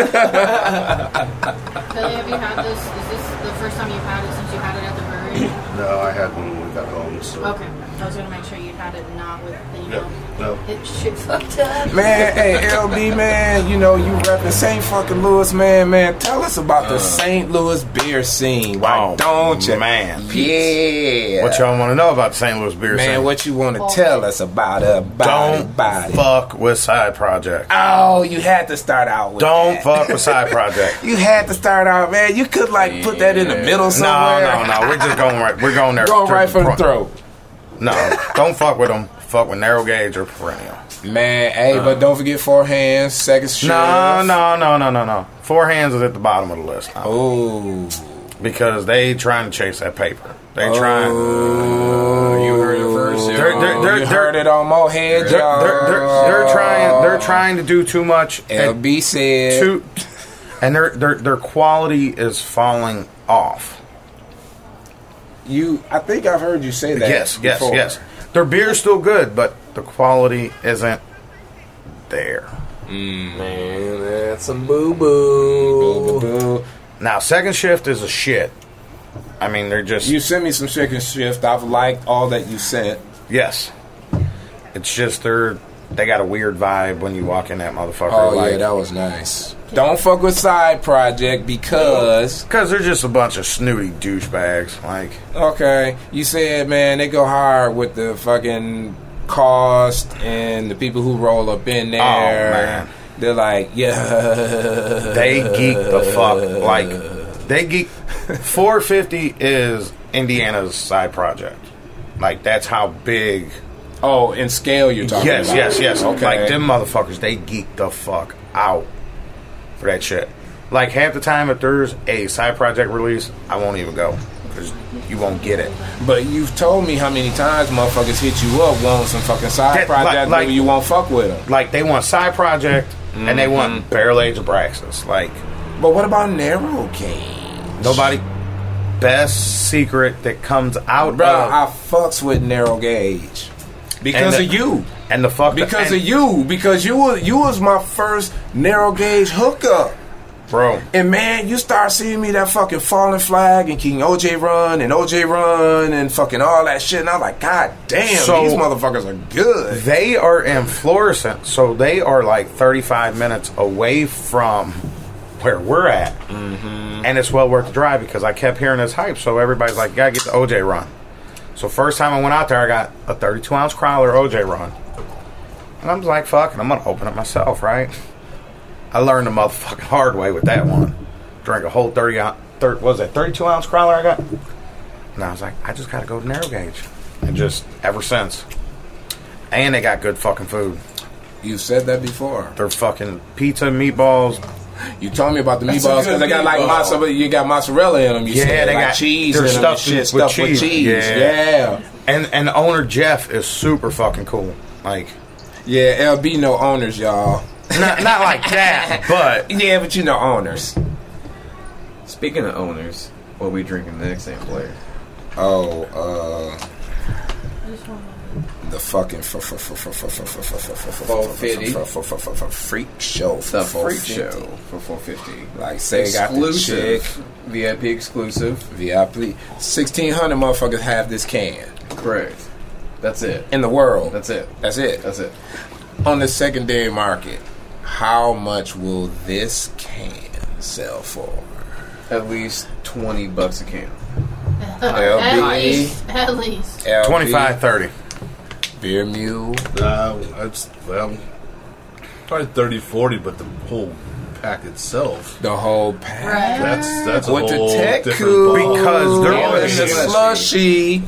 Speaker 5: you had this? Is this the first time you've had it since you had it at the brewery?
Speaker 6: No, I had one when we got home. So.
Speaker 5: okay. I was gonna make sure you had it not with the you
Speaker 6: Yeah,
Speaker 5: know
Speaker 6: no.
Speaker 5: it shit fucked up.
Speaker 3: Man, hey, LD, man, you know, you repping St. fucking Louis, man, man. Tell us about the St. Louis beer scene. Why
Speaker 7: Uh. Oh,
Speaker 3: don't you?
Speaker 7: man.
Speaker 3: Yeah.
Speaker 7: What y'all want to know about St. Louis beer?
Speaker 3: man,
Speaker 7: scene?
Speaker 3: what you want to tell us about it? About
Speaker 7: don't
Speaker 3: it, about it.
Speaker 7: fuck with side project.
Speaker 3: Oh, you had to start out with
Speaker 7: Don't
Speaker 3: that.
Speaker 7: fuck with side project.
Speaker 3: You had to start out, man. You could, like, put that in the middle somewhere.
Speaker 7: No, no, no. We're just going right. We're going there.
Speaker 3: Going
Speaker 7: through
Speaker 3: right from the
Speaker 7: front.
Speaker 3: throat.
Speaker 7: No, don't fuck with them. Fuck with narrow gauge or perennial.
Speaker 3: Man, hey, but don't forget four hands, second shift.
Speaker 7: No, no, no, no, no, no. Four hands is at the bottom of the list now
Speaker 3: Ooh.
Speaker 7: because they trying to chase that paper. They
Speaker 3: Oh,
Speaker 7: trying.
Speaker 3: Ooh.
Speaker 4: You heard it first. y'all.
Speaker 7: They're- they're- they're-
Speaker 3: you heard it on Mohead,
Speaker 7: They're,
Speaker 3: y'all.
Speaker 7: they're, they're, they're trying. They're trying to do too much. and
Speaker 3: LB said.
Speaker 7: too, and their their their quality is falling off.
Speaker 3: You, I think I've heard you say that.
Speaker 7: yes, yes,
Speaker 3: before.
Speaker 7: yes. Their beer's still good, but the quality isn't there.
Speaker 4: Man, that's some boo boo.
Speaker 3: Boo.
Speaker 7: Now, second shift is a shit. I mean, they're just
Speaker 3: You sent me some chicken shift. I've liked all that you sent.
Speaker 7: yes. It's just they're they got a weird vibe when you walk in Oh, that motherfucker.
Speaker 3: Oh,
Speaker 7: like,
Speaker 3: was nice. Don't fuck with side project because
Speaker 7: because they're just a bunch of snooty douchebags. Like,
Speaker 3: okay, you said man they go hard with the fucking cost and the people who roll up in there.
Speaker 7: Oh, man.
Speaker 3: They're like yeah.
Speaker 7: they geek the fuck. Like, they geek. 450 is Indiana's side project. Like, that's how big.
Speaker 3: Oh, in scale you're talking
Speaker 7: Yes,
Speaker 3: about.
Speaker 7: yes, yes.
Speaker 3: Okay.
Speaker 7: Like, them motherfuckers, they geek the fuck out for that shit. Like, half the time, if there's a side project release, I won't even go. Because you won't get it.
Speaker 3: But you've told me how many times motherfuckers hit you up wanting some fucking side
Speaker 7: That- like-
Speaker 3: project and
Speaker 7: like-
Speaker 3: you won't fuck with them.
Speaker 7: Like, they want side project and they want barrel age Abraxas. Like,
Speaker 3: But what about narrow cage?
Speaker 7: Nobody. Best secret that comes out,
Speaker 3: Bro,
Speaker 7: of-
Speaker 3: I fucks with narrow gauge because
Speaker 7: And
Speaker 3: of
Speaker 7: the-
Speaker 3: you.
Speaker 7: and the fuck
Speaker 3: Because
Speaker 7: and,
Speaker 3: of you, because you was you was my first narrow gauge hookup,
Speaker 7: bro.
Speaker 3: and man, you start seeing me that fucking falling flag and King OJ run and OJ run and fucking all that shit, and I'm like, God damn,
Speaker 7: So-
Speaker 3: these motherfuckers are good.
Speaker 7: They are in Florissant, so they are like 35 minutes away from where we're at, and it's well worth the drive because I kept hearing this hype. So everybody's like, "Gotta get the OJ run." So first time I went out there, I got a 32 ounce crawler OJ run, and I was like, "Fuck!" And I'm gonna open it myself, right? I learned the motherfucking hard way with that one. Drank a whole 30 ounce, thir- what was that 32 ounce crawler I got, and I was like, "I just gotta go to narrow gauge," and just ever since. And they got good fucking food.
Speaker 3: You said that before.
Speaker 7: They're fucking pizza, meatballs.
Speaker 3: You told me about the meatballs because they got like mozzarella. You got mozzarella in them. You
Speaker 7: Yeah,
Speaker 3: said
Speaker 7: they
Speaker 3: like
Speaker 7: got-
Speaker 3: cheese.
Speaker 7: they're
Speaker 3: in 'em and
Speaker 7: stuffed
Speaker 3: shit,
Speaker 7: with
Speaker 3: stuffed with
Speaker 7: cheese.
Speaker 3: cheese.
Speaker 7: Yeah.
Speaker 3: yeah.
Speaker 7: And and the owner Jeff is super fucking cool. Like
Speaker 3: Yeah, LB no owners, y'all.
Speaker 7: not not like that, but
Speaker 3: Yeah, but you know owners.
Speaker 4: Speaking of owners, what we drinking next, Aunt Blair?
Speaker 3: Oh, uh, the fucking f- f- f- f- f- f- f- f- f- f-
Speaker 4: Fofity.
Speaker 3: f- f- f- f- f- freak show.
Speaker 4: The
Speaker 3: for
Speaker 4: Freak
Speaker 3: 450.
Speaker 4: Show for 450.
Speaker 3: Like say they got the chick.
Speaker 4: VIP exclusive.
Speaker 3: VIP. Sixteen hundred motherfuckers have this can
Speaker 4: Correct. That's it.
Speaker 3: in the world.
Speaker 4: That's it.
Speaker 3: That's it.
Speaker 4: That's it.
Speaker 3: on the secondary market, how much will this can sell for?
Speaker 4: At least 20 bucks a can.
Speaker 5: At
Speaker 3: LB,
Speaker 5: least, at least.
Speaker 3: LB,
Speaker 7: 25, 30.
Speaker 3: beer mule.
Speaker 6: Nah, it's well, probably 30, 40, but the whole pack itself.
Speaker 3: The whole pack.
Speaker 5: Right.
Speaker 6: That's that's a
Speaker 3: With the
Speaker 6: whole
Speaker 3: tech
Speaker 6: different
Speaker 3: cool.
Speaker 6: ball.
Speaker 7: Because they're
Speaker 3: And
Speaker 7: all
Speaker 3: the
Speaker 7: the
Speaker 3: slushy.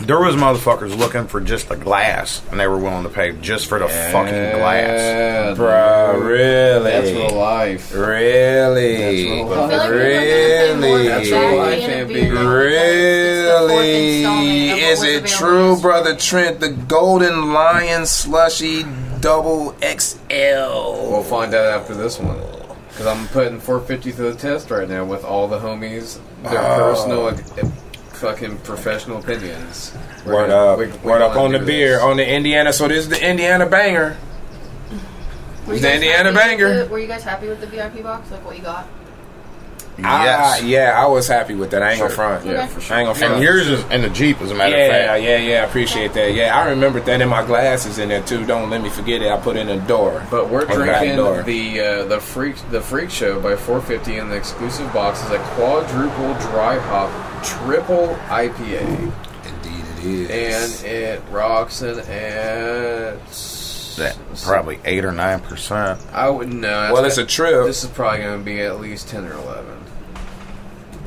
Speaker 7: There was motherfuckers looking for just the glass, and they were willing to pay just for the fucking glass.
Speaker 4: Yeah,
Speaker 3: Bro,
Speaker 4: dude.
Speaker 3: really?
Speaker 4: That's real life.
Speaker 3: Really?
Speaker 4: That's real life.
Speaker 5: I feel like people are gonna
Speaker 3: Really?
Speaker 4: That's
Speaker 5: say more about
Speaker 4: why I
Speaker 5: Batman
Speaker 4: can't
Speaker 5: and
Speaker 4: be-
Speaker 5: being like, "Well, it's the fourth
Speaker 3: Really?
Speaker 5: installment of
Speaker 3: Is
Speaker 5: what
Speaker 3: it
Speaker 5: was
Speaker 3: true,
Speaker 5: available."
Speaker 3: brother Trent? The Golden Lion slushy double XL.
Speaker 4: We'll find out after this one. Because I'm putting 450 to the test right now with all the homies, their
Speaker 3: Oh.
Speaker 4: personal, uh, fucking professional opinions. We're
Speaker 3: Word
Speaker 4: gonna-
Speaker 3: up.
Speaker 4: we- we
Speaker 3: Word up
Speaker 4: wanna
Speaker 3: on
Speaker 4: do
Speaker 3: the beer,
Speaker 4: this.
Speaker 3: on the Indiana. So this is the Indiana banger.
Speaker 5: Were you
Speaker 3: The
Speaker 5: guys
Speaker 3: Indiana
Speaker 5: happy with
Speaker 3: banger.
Speaker 5: the- Were you guys happy with the VIP box? Like what you got?
Speaker 3: I,
Speaker 7: Yes.
Speaker 3: Ah, yeah, I was happy with that. I ain't gonna front.
Speaker 5: Yeah, for
Speaker 3: I ain't gonna front.
Speaker 7: And yours is in the Jeep, as a matter of
Speaker 3: Yeah,
Speaker 7: fact.
Speaker 3: yeah, yeah. I appreciate that. Yeah, I remembered that in my glasses in there too. Don't let me forget it. I put in a door.
Speaker 4: But we're
Speaker 3: A back
Speaker 4: drinking
Speaker 3: door.
Speaker 4: the uh, the freak the freak show by 450 and the exclusive box is a quadruple dry hop triple IPA
Speaker 3: Indeed, it is.
Speaker 4: and it rocks and it's
Speaker 7: That probably eight or nine percent.
Speaker 4: I would know.
Speaker 3: well, it's a trip.
Speaker 4: this is probably going to be at least 10 or 11.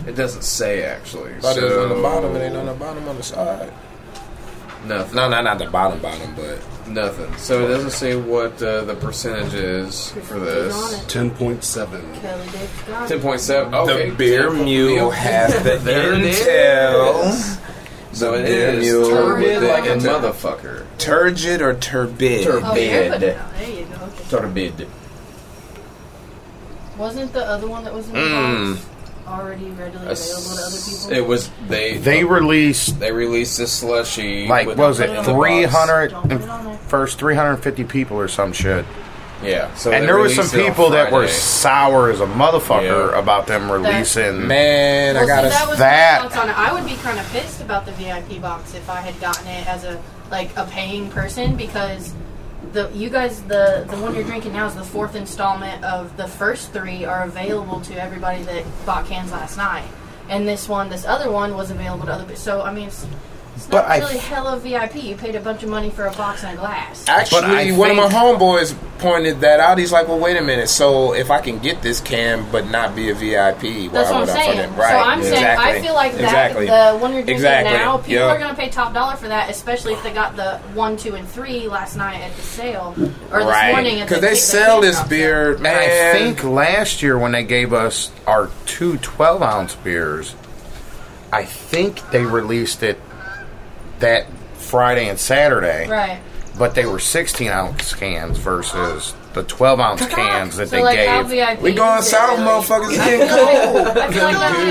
Speaker 4: It doesn't say actually.
Speaker 3: But it's
Speaker 4: so-
Speaker 3: on the bottom. It ain't on the bottom on the side.
Speaker 4: nothing.
Speaker 3: No, no, not the bottom, bottom, but
Speaker 4: Nothing. So it doesn't say what uh, the percentage is for this.
Speaker 6: Ten point seven.
Speaker 5: Kelly Dick's got it.
Speaker 4: 10.7. Okay.
Speaker 3: the beer
Speaker 4: 10.7.
Speaker 3: mule has the
Speaker 4: There it is.
Speaker 3: intel.
Speaker 4: So it
Speaker 3: Beer
Speaker 4: is
Speaker 3: mule
Speaker 4: turbid
Speaker 3: with the
Speaker 4: like a
Speaker 3: intel.
Speaker 4: motherfucker.
Speaker 3: Turgid or turbid?
Speaker 4: Turbid.
Speaker 5: Oh, you're
Speaker 4: bed.
Speaker 5: putting it out. There you go. Okay.
Speaker 4: Turbid.
Speaker 5: Wasn't the other one that was in the
Speaker 7: Mm.
Speaker 5: box already readily available to other people?
Speaker 4: It was they.
Speaker 7: They released
Speaker 4: they released this slushy.
Speaker 7: like
Speaker 4: with-
Speaker 7: what was it
Speaker 4: in the box.
Speaker 7: three hundred
Speaker 5: Don't put it on there.
Speaker 7: first three hundred fifty people or some shit.
Speaker 4: Yeah. So
Speaker 7: And
Speaker 4: they
Speaker 7: there were some
Speaker 4: released it on
Speaker 7: people that were
Speaker 4: Friday.
Speaker 7: sour as a motherfucker
Speaker 4: Yeah.
Speaker 7: about them releasing.
Speaker 3: Man, I
Speaker 5: Well,
Speaker 3: gotta.
Speaker 5: see, that was
Speaker 7: that-
Speaker 5: my thoughts on it. I would be kind of pissed about the VIP box if I had gotten it as a like a paying person because the you guys the the one you're drinking now is the fourth installment of the first three are available to everybody that bought cans last night, and this one, this other one, was available to other. pe- So I mean. It's, it's
Speaker 7: But
Speaker 5: not
Speaker 7: I-
Speaker 5: really hella VIP. You paid a bunch of money for a box and a glass.
Speaker 7: But I
Speaker 3: Actually, one of my
Speaker 7: think-
Speaker 3: homeboys pointed that out. He's like, "Well, wait a minute. So if I can get this can, but not be a VIP, why
Speaker 5: That's what I'm
Speaker 3: would I
Speaker 5: saying.
Speaker 3: fucking
Speaker 5: So I'm saying I feel like that
Speaker 3: exactly.
Speaker 5: the one you're drinking
Speaker 3: Exactly.
Speaker 5: now, people
Speaker 3: Yup.
Speaker 5: are gonna pay top dollar for that, especially if they got the one, two, and three last night at the sale or this morning. at
Speaker 3: because
Speaker 5: the-
Speaker 3: they
Speaker 5: the
Speaker 3: sell
Speaker 5: cake
Speaker 3: this
Speaker 5: shop.
Speaker 3: beer,
Speaker 7: And
Speaker 3: man.
Speaker 7: I think last year when they gave us our two 12 ounce beers, I think they released it that Friday and Saturday.
Speaker 5: right?
Speaker 7: But they were 16 ounce cans versus the 12 ounce cans that
Speaker 5: so
Speaker 7: they
Speaker 5: like, How
Speaker 7: gave.
Speaker 5: VIP
Speaker 3: we going
Speaker 5: is it,
Speaker 3: south,
Speaker 5: really?
Speaker 3: motherfuckers. It's
Speaker 5: I
Speaker 3: Getting
Speaker 5: feel
Speaker 3: cold.
Speaker 5: like, I feel like that's what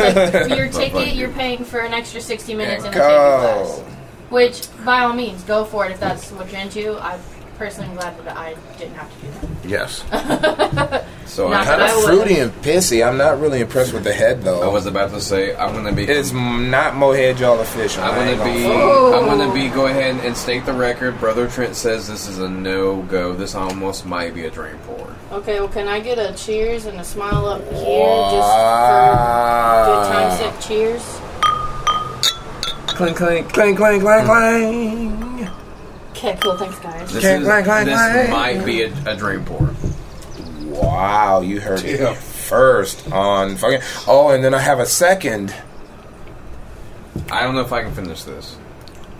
Speaker 5: I mean, like, for your ticket, you're paying for an extra 60 minutes in the ticket class.
Speaker 3: Cold.
Speaker 5: Which, by all means, go for it if that's what you're into. I personally am glad that I didn't have to do that.
Speaker 7: Yes.
Speaker 4: So
Speaker 5: Not
Speaker 4: I,
Speaker 5: that
Speaker 3: Kind
Speaker 5: I
Speaker 3: of
Speaker 5: would-
Speaker 3: fruity and pissy. I'm not really impressed with the head though.
Speaker 4: I was about to say I'm gonna be.
Speaker 3: it's not Mohead Y'all official.
Speaker 4: I'm
Speaker 3: I ain't
Speaker 4: gonna be.
Speaker 3: gonna-
Speaker 4: I'm gonna be. Go ahead and state the record. Brother Trent says this is a no go. This almost might be a drain pour.
Speaker 5: Okay, well, can I get a cheers and a smile up here
Speaker 3: Ah.
Speaker 5: just for good times sake? Cheers.
Speaker 4: Clink clink.
Speaker 3: Clang clang clang clang.
Speaker 5: Okay, cool. Thanks, guys.
Speaker 4: This,
Speaker 3: Clank,
Speaker 4: is,
Speaker 3: clank, clank,
Speaker 4: this
Speaker 3: clank.
Speaker 4: might be a, a drain pour.
Speaker 3: Wow, you heard it
Speaker 6: Damn.
Speaker 3: first on fucking. Oh, and then I have a second.
Speaker 4: I don't know if I can finish this.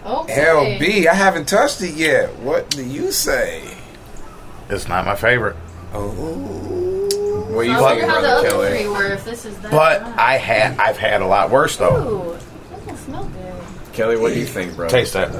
Speaker 5: Okay.
Speaker 3: LB, I haven't touched it yet. What do you say?
Speaker 7: It's not my favorite.
Speaker 3: Oh,
Speaker 4: What do
Speaker 5: I
Speaker 4: you
Speaker 5: was
Speaker 4: think,
Speaker 5: wondering how the
Speaker 4: Brother
Speaker 5: other
Speaker 4: Kelly?
Speaker 5: three were if this is that.
Speaker 7: But
Speaker 5: bad.
Speaker 7: I had I've had a lot worse though.
Speaker 5: Ooh, it doesn't smell good.
Speaker 4: Kelly, what do you think, bro?
Speaker 7: Taste that.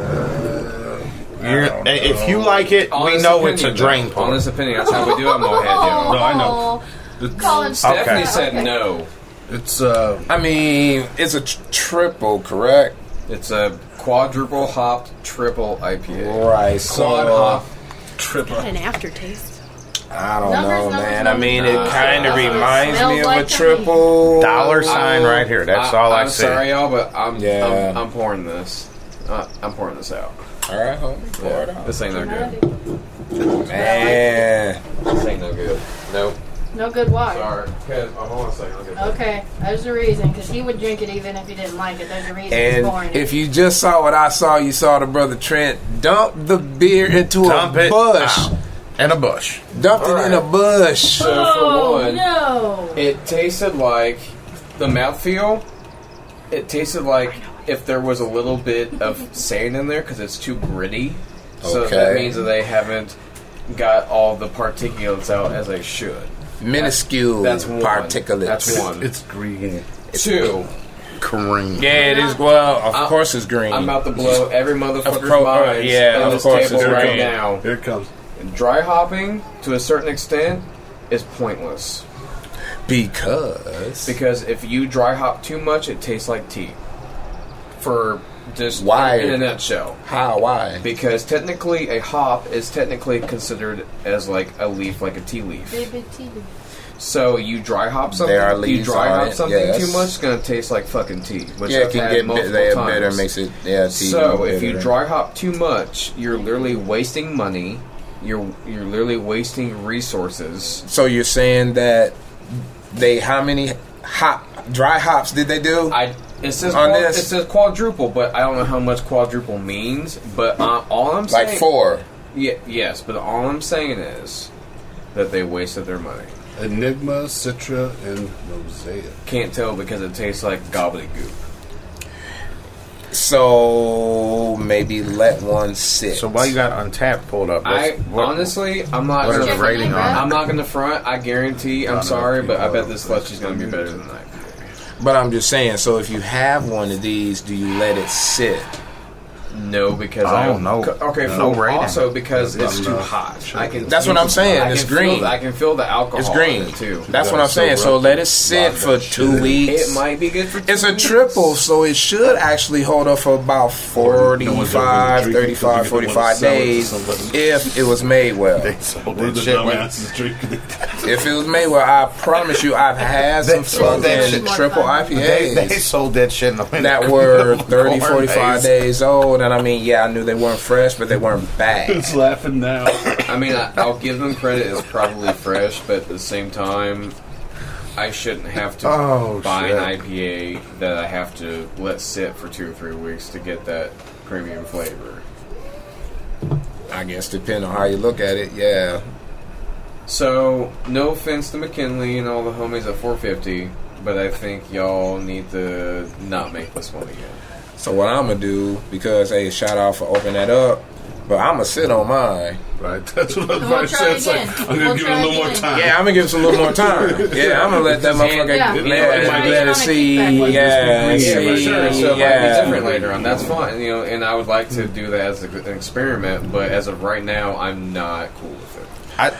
Speaker 7: You're, if you like it, we know it's a drain
Speaker 4: On
Speaker 7: point.
Speaker 4: this opinion, that's how we do it, Mohead.
Speaker 6: No, I
Speaker 5: Oh,
Speaker 6: know. It's,
Speaker 5: Colin
Speaker 4: Stephanie
Speaker 7: Okay.
Speaker 4: said no.
Speaker 6: it's uh,
Speaker 3: I mean, it's a tr- triple, correct?
Speaker 4: It's a quadruple hopped triple IPA.
Speaker 3: Right.
Speaker 4: Quad hop.
Speaker 3: So
Speaker 6: triple.
Speaker 9: An aftertaste.
Speaker 3: I don't
Speaker 5: Numbers,
Speaker 3: know,
Speaker 5: numbers,
Speaker 3: man. I mean, it
Speaker 5: numbers.
Speaker 3: kind
Speaker 5: That's
Speaker 3: of
Speaker 5: what it
Speaker 3: reminds me
Speaker 5: smells
Speaker 3: of
Speaker 5: like
Speaker 3: a
Speaker 5: to me.
Speaker 3: triple.
Speaker 7: Dollar sign right here. That's all I
Speaker 4: am
Speaker 7: see.
Speaker 4: Oh, sorry, y'all, but I'm
Speaker 3: Yeah.
Speaker 4: I'm, I'm pouring this. Uh, I'm pouring this out.
Speaker 3: All right, homie. Pour it out.
Speaker 4: This ain't no good.
Speaker 3: Man,
Speaker 4: This ain't no good. Nope.
Speaker 5: No good water.
Speaker 4: Sorry. Okay, hold on a second. I'll get that.
Speaker 5: Okay, there's a reason because he would drink it even if he didn't like it. There's a reason it's boring.
Speaker 3: and if you just saw what I saw, you saw the brother Trent dump the beer into
Speaker 7: Dump
Speaker 3: a
Speaker 7: it
Speaker 3: bush.
Speaker 7: out. And a bush.
Speaker 3: Dumped it in a bush.
Speaker 4: So for
Speaker 5: oh
Speaker 4: one,
Speaker 5: no!
Speaker 4: it tasted like the mouthfeel. It tasted like if there was a little bit of sand in there because it's too gritty. So that
Speaker 3: Okay.
Speaker 4: means that they haven't got all the particulates out as they should.
Speaker 3: Minuscule
Speaker 4: That's one.
Speaker 3: particulates.
Speaker 4: That's one.
Speaker 6: It's green.
Speaker 4: Two,
Speaker 7: Kareem.
Speaker 3: Yeah, it is. Well, of
Speaker 4: I'm-
Speaker 3: course it's green.
Speaker 4: I'm about to blow every motherfucker's
Speaker 3: course,
Speaker 4: mind
Speaker 3: uh, yeah,
Speaker 4: on
Speaker 3: of
Speaker 4: this
Speaker 3: course it's
Speaker 4: table right
Speaker 3: green.
Speaker 4: now.
Speaker 6: Here it comes.
Speaker 4: Dry hopping, to a certain extent, is pointless.
Speaker 3: because
Speaker 4: Because if you dry hop too much, it tastes like tea. For just
Speaker 3: Why?
Speaker 4: in a nutshell.
Speaker 3: how? Why?
Speaker 4: Because technically, a hop is technically considered as like a leaf, like a tea leaf.
Speaker 5: Baby tea.
Speaker 4: So you dry hop something,
Speaker 3: There are
Speaker 4: you
Speaker 3: leaves
Speaker 4: dry
Speaker 3: on
Speaker 4: hop
Speaker 3: it,
Speaker 4: something
Speaker 3: yes.
Speaker 4: too much, it's gonna taste like fucking tea. Which
Speaker 3: yeah,
Speaker 4: I've
Speaker 3: it can
Speaker 4: had
Speaker 3: get bit,
Speaker 4: multiple
Speaker 3: they
Speaker 4: times.
Speaker 3: bitter makes it. Yeah, it's
Speaker 4: So
Speaker 3: even
Speaker 4: if you
Speaker 3: bitter.
Speaker 4: dry hop too much, you're literally wasting money. You're you're literally wasting resources.
Speaker 3: So you're saying that they how many hop dry hops did they do?
Speaker 4: I it says
Speaker 3: On
Speaker 4: quad, it
Speaker 3: this-
Speaker 4: says quadruple, but I don't know how much quadruple means. But uh, all I'm saying,
Speaker 3: like four.
Speaker 4: Yeah, yes, but all I'm saying is that they wasted their money.
Speaker 6: Enigma, Citra, and Mosaic.
Speaker 4: Can't tell because it tastes like gobbledygook.
Speaker 3: So maybe let one sit.
Speaker 7: So why you got Untapped pulled up?
Speaker 4: I
Speaker 7: What's- what-
Speaker 4: honestly, I'm not.
Speaker 7: what is
Speaker 4: Gonna,
Speaker 7: the rating on
Speaker 4: I'm
Speaker 7: it?
Speaker 4: not gonna front. I guarantee. I'm
Speaker 6: no,
Speaker 4: sorry, but I
Speaker 6: people
Speaker 4: bet this slushy's gonna be better than that.
Speaker 3: But I'm just saying. So if you have one of these, do you let it sit?
Speaker 4: No, because I
Speaker 7: Oh, no.
Speaker 4: Okay,
Speaker 7: No
Speaker 4: for-
Speaker 7: rating.
Speaker 4: also because it's
Speaker 6: I'm
Speaker 4: too
Speaker 6: not
Speaker 4: hot.
Speaker 6: sure.
Speaker 4: I can.
Speaker 3: That's what I'm saying,
Speaker 4: I
Speaker 3: it's
Speaker 4: can feel
Speaker 3: green.
Speaker 4: the- I can feel the alcohol.
Speaker 3: It's
Speaker 4: in
Speaker 3: green
Speaker 4: it, too.
Speaker 3: That's
Speaker 6: You
Speaker 3: what
Speaker 6: gotta
Speaker 3: I'm saying.
Speaker 6: soak
Speaker 3: So
Speaker 6: up
Speaker 3: let it sit
Speaker 6: that
Speaker 3: for
Speaker 6: shit
Speaker 3: two
Speaker 6: in.
Speaker 3: weeks.
Speaker 4: It might be good for. Two
Speaker 3: It's a
Speaker 4: weeks.
Speaker 3: triple, so it should actually hold up for about 45,
Speaker 6: drinking 'cause
Speaker 3: 35,
Speaker 6: you didn't
Speaker 3: 45
Speaker 6: want to sell it to
Speaker 3: days
Speaker 6: somebody.
Speaker 3: if it was made well.
Speaker 6: We're the
Speaker 7: shit went-
Speaker 6: dumbasses drinking it.
Speaker 3: If it was made well, I promise you, I've had some
Speaker 7: sold that
Speaker 3: fucking
Speaker 7: shit.
Speaker 3: triple
Speaker 7: They, they
Speaker 3: IPAs
Speaker 7: sold that shit in the window.
Speaker 3: that were 30,
Speaker 7: Corn
Speaker 3: 45
Speaker 7: maze.
Speaker 3: days old. And I mean, yeah, I knew they weren't fresh, but they weren't bad.
Speaker 6: Who's laughing now?
Speaker 4: I mean, I, I'll give them credit. It's probably fresh, but at the same time, I shouldn't have to
Speaker 7: Oh,
Speaker 4: buy
Speaker 7: shit.
Speaker 4: an IPA that I have to let sit for two or three weeks to get that premium flavor.
Speaker 3: I guess depending on how you look at it, yeah.
Speaker 4: So, no offense to McKinley and all the homies at 450, but I think y'all need to not make this one again.
Speaker 3: So what I'm gonna do, because hey, shout out for opening that up, but I'm gonna sit on mine.
Speaker 6: Right, that's what I was
Speaker 5: We'll
Speaker 6: about to
Speaker 5: try
Speaker 6: say.
Speaker 5: it
Speaker 6: It's
Speaker 5: again.
Speaker 6: like, I'm gonna
Speaker 5: We'll
Speaker 6: give it
Speaker 5: try
Speaker 6: a
Speaker 5: it
Speaker 6: little more
Speaker 5: again.
Speaker 6: time.
Speaker 3: Yeah, I'm gonna give us a little more time. Yeah, I'm gonna let that motherfucker
Speaker 5: Yeah.
Speaker 3: let, let,
Speaker 4: Yeah.
Speaker 3: it see. Yeah,
Speaker 4: Yeah,
Speaker 3: see,
Speaker 4: sure. So it might be different
Speaker 3: yeah.
Speaker 4: later on. That's fine, you know. And I would like to do that as an experiment, but as of right now, I'm not cool with it.
Speaker 7: I,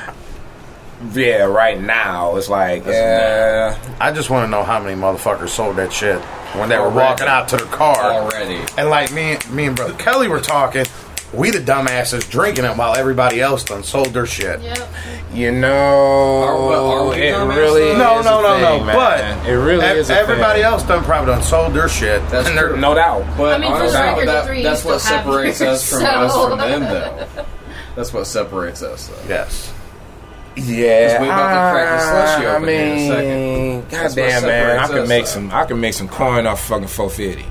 Speaker 3: Yeah, right now it's like yeah.
Speaker 7: I just want to know how many motherfuckers sold that shit when they were
Speaker 4: Already.
Speaker 7: walking out to the car.
Speaker 4: Already,
Speaker 7: And like me, me and brother Kelly were talking, we the dumbasses drinking it while everybody else done sold their shit.
Speaker 5: Yep.
Speaker 3: You
Speaker 4: Are we- are
Speaker 3: know,
Speaker 4: we
Speaker 3: it
Speaker 4: dumbass
Speaker 3: really
Speaker 4: though?
Speaker 7: No,
Speaker 3: is
Speaker 7: no,
Speaker 3: a
Speaker 7: no,
Speaker 3: thing,
Speaker 7: no.
Speaker 3: man.
Speaker 7: But
Speaker 3: it really
Speaker 7: ev-
Speaker 3: is. A
Speaker 7: everybody
Speaker 3: thing.
Speaker 7: else done probably done sold their shit.
Speaker 4: That's
Speaker 7: and they're-
Speaker 4: true.
Speaker 3: no doubt.
Speaker 4: But
Speaker 5: I mean, for the
Speaker 4: honestly,
Speaker 5: record,
Speaker 4: that-
Speaker 5: the three
Speaker 4: that's
Speaker 5: you
Speaker 4: what
Speaker 5: still have
Speaker 4: separates
Speaker 5: yours,
Speaker 4: us from
Speaker 5: so.
Speaker 4: us from them, though. That's what separates us, though.
Speaker 7: Yes.
Speaker 3: Yeah, Ah,
Speaker 4: 'Cause we about to crack the slushy
Speaker 3: I
Speaker 4: open here in a
Speaker 3: mean,
Speaker 4: second. That's what
Speaker 3: goddamn man, I
Speaker 4: separates
Speaker 3: can
Speaker 4: us,
Speaker 3: make
Speaker 4: though.
Speaker 3: some, I can make some coin off fucking four fifty.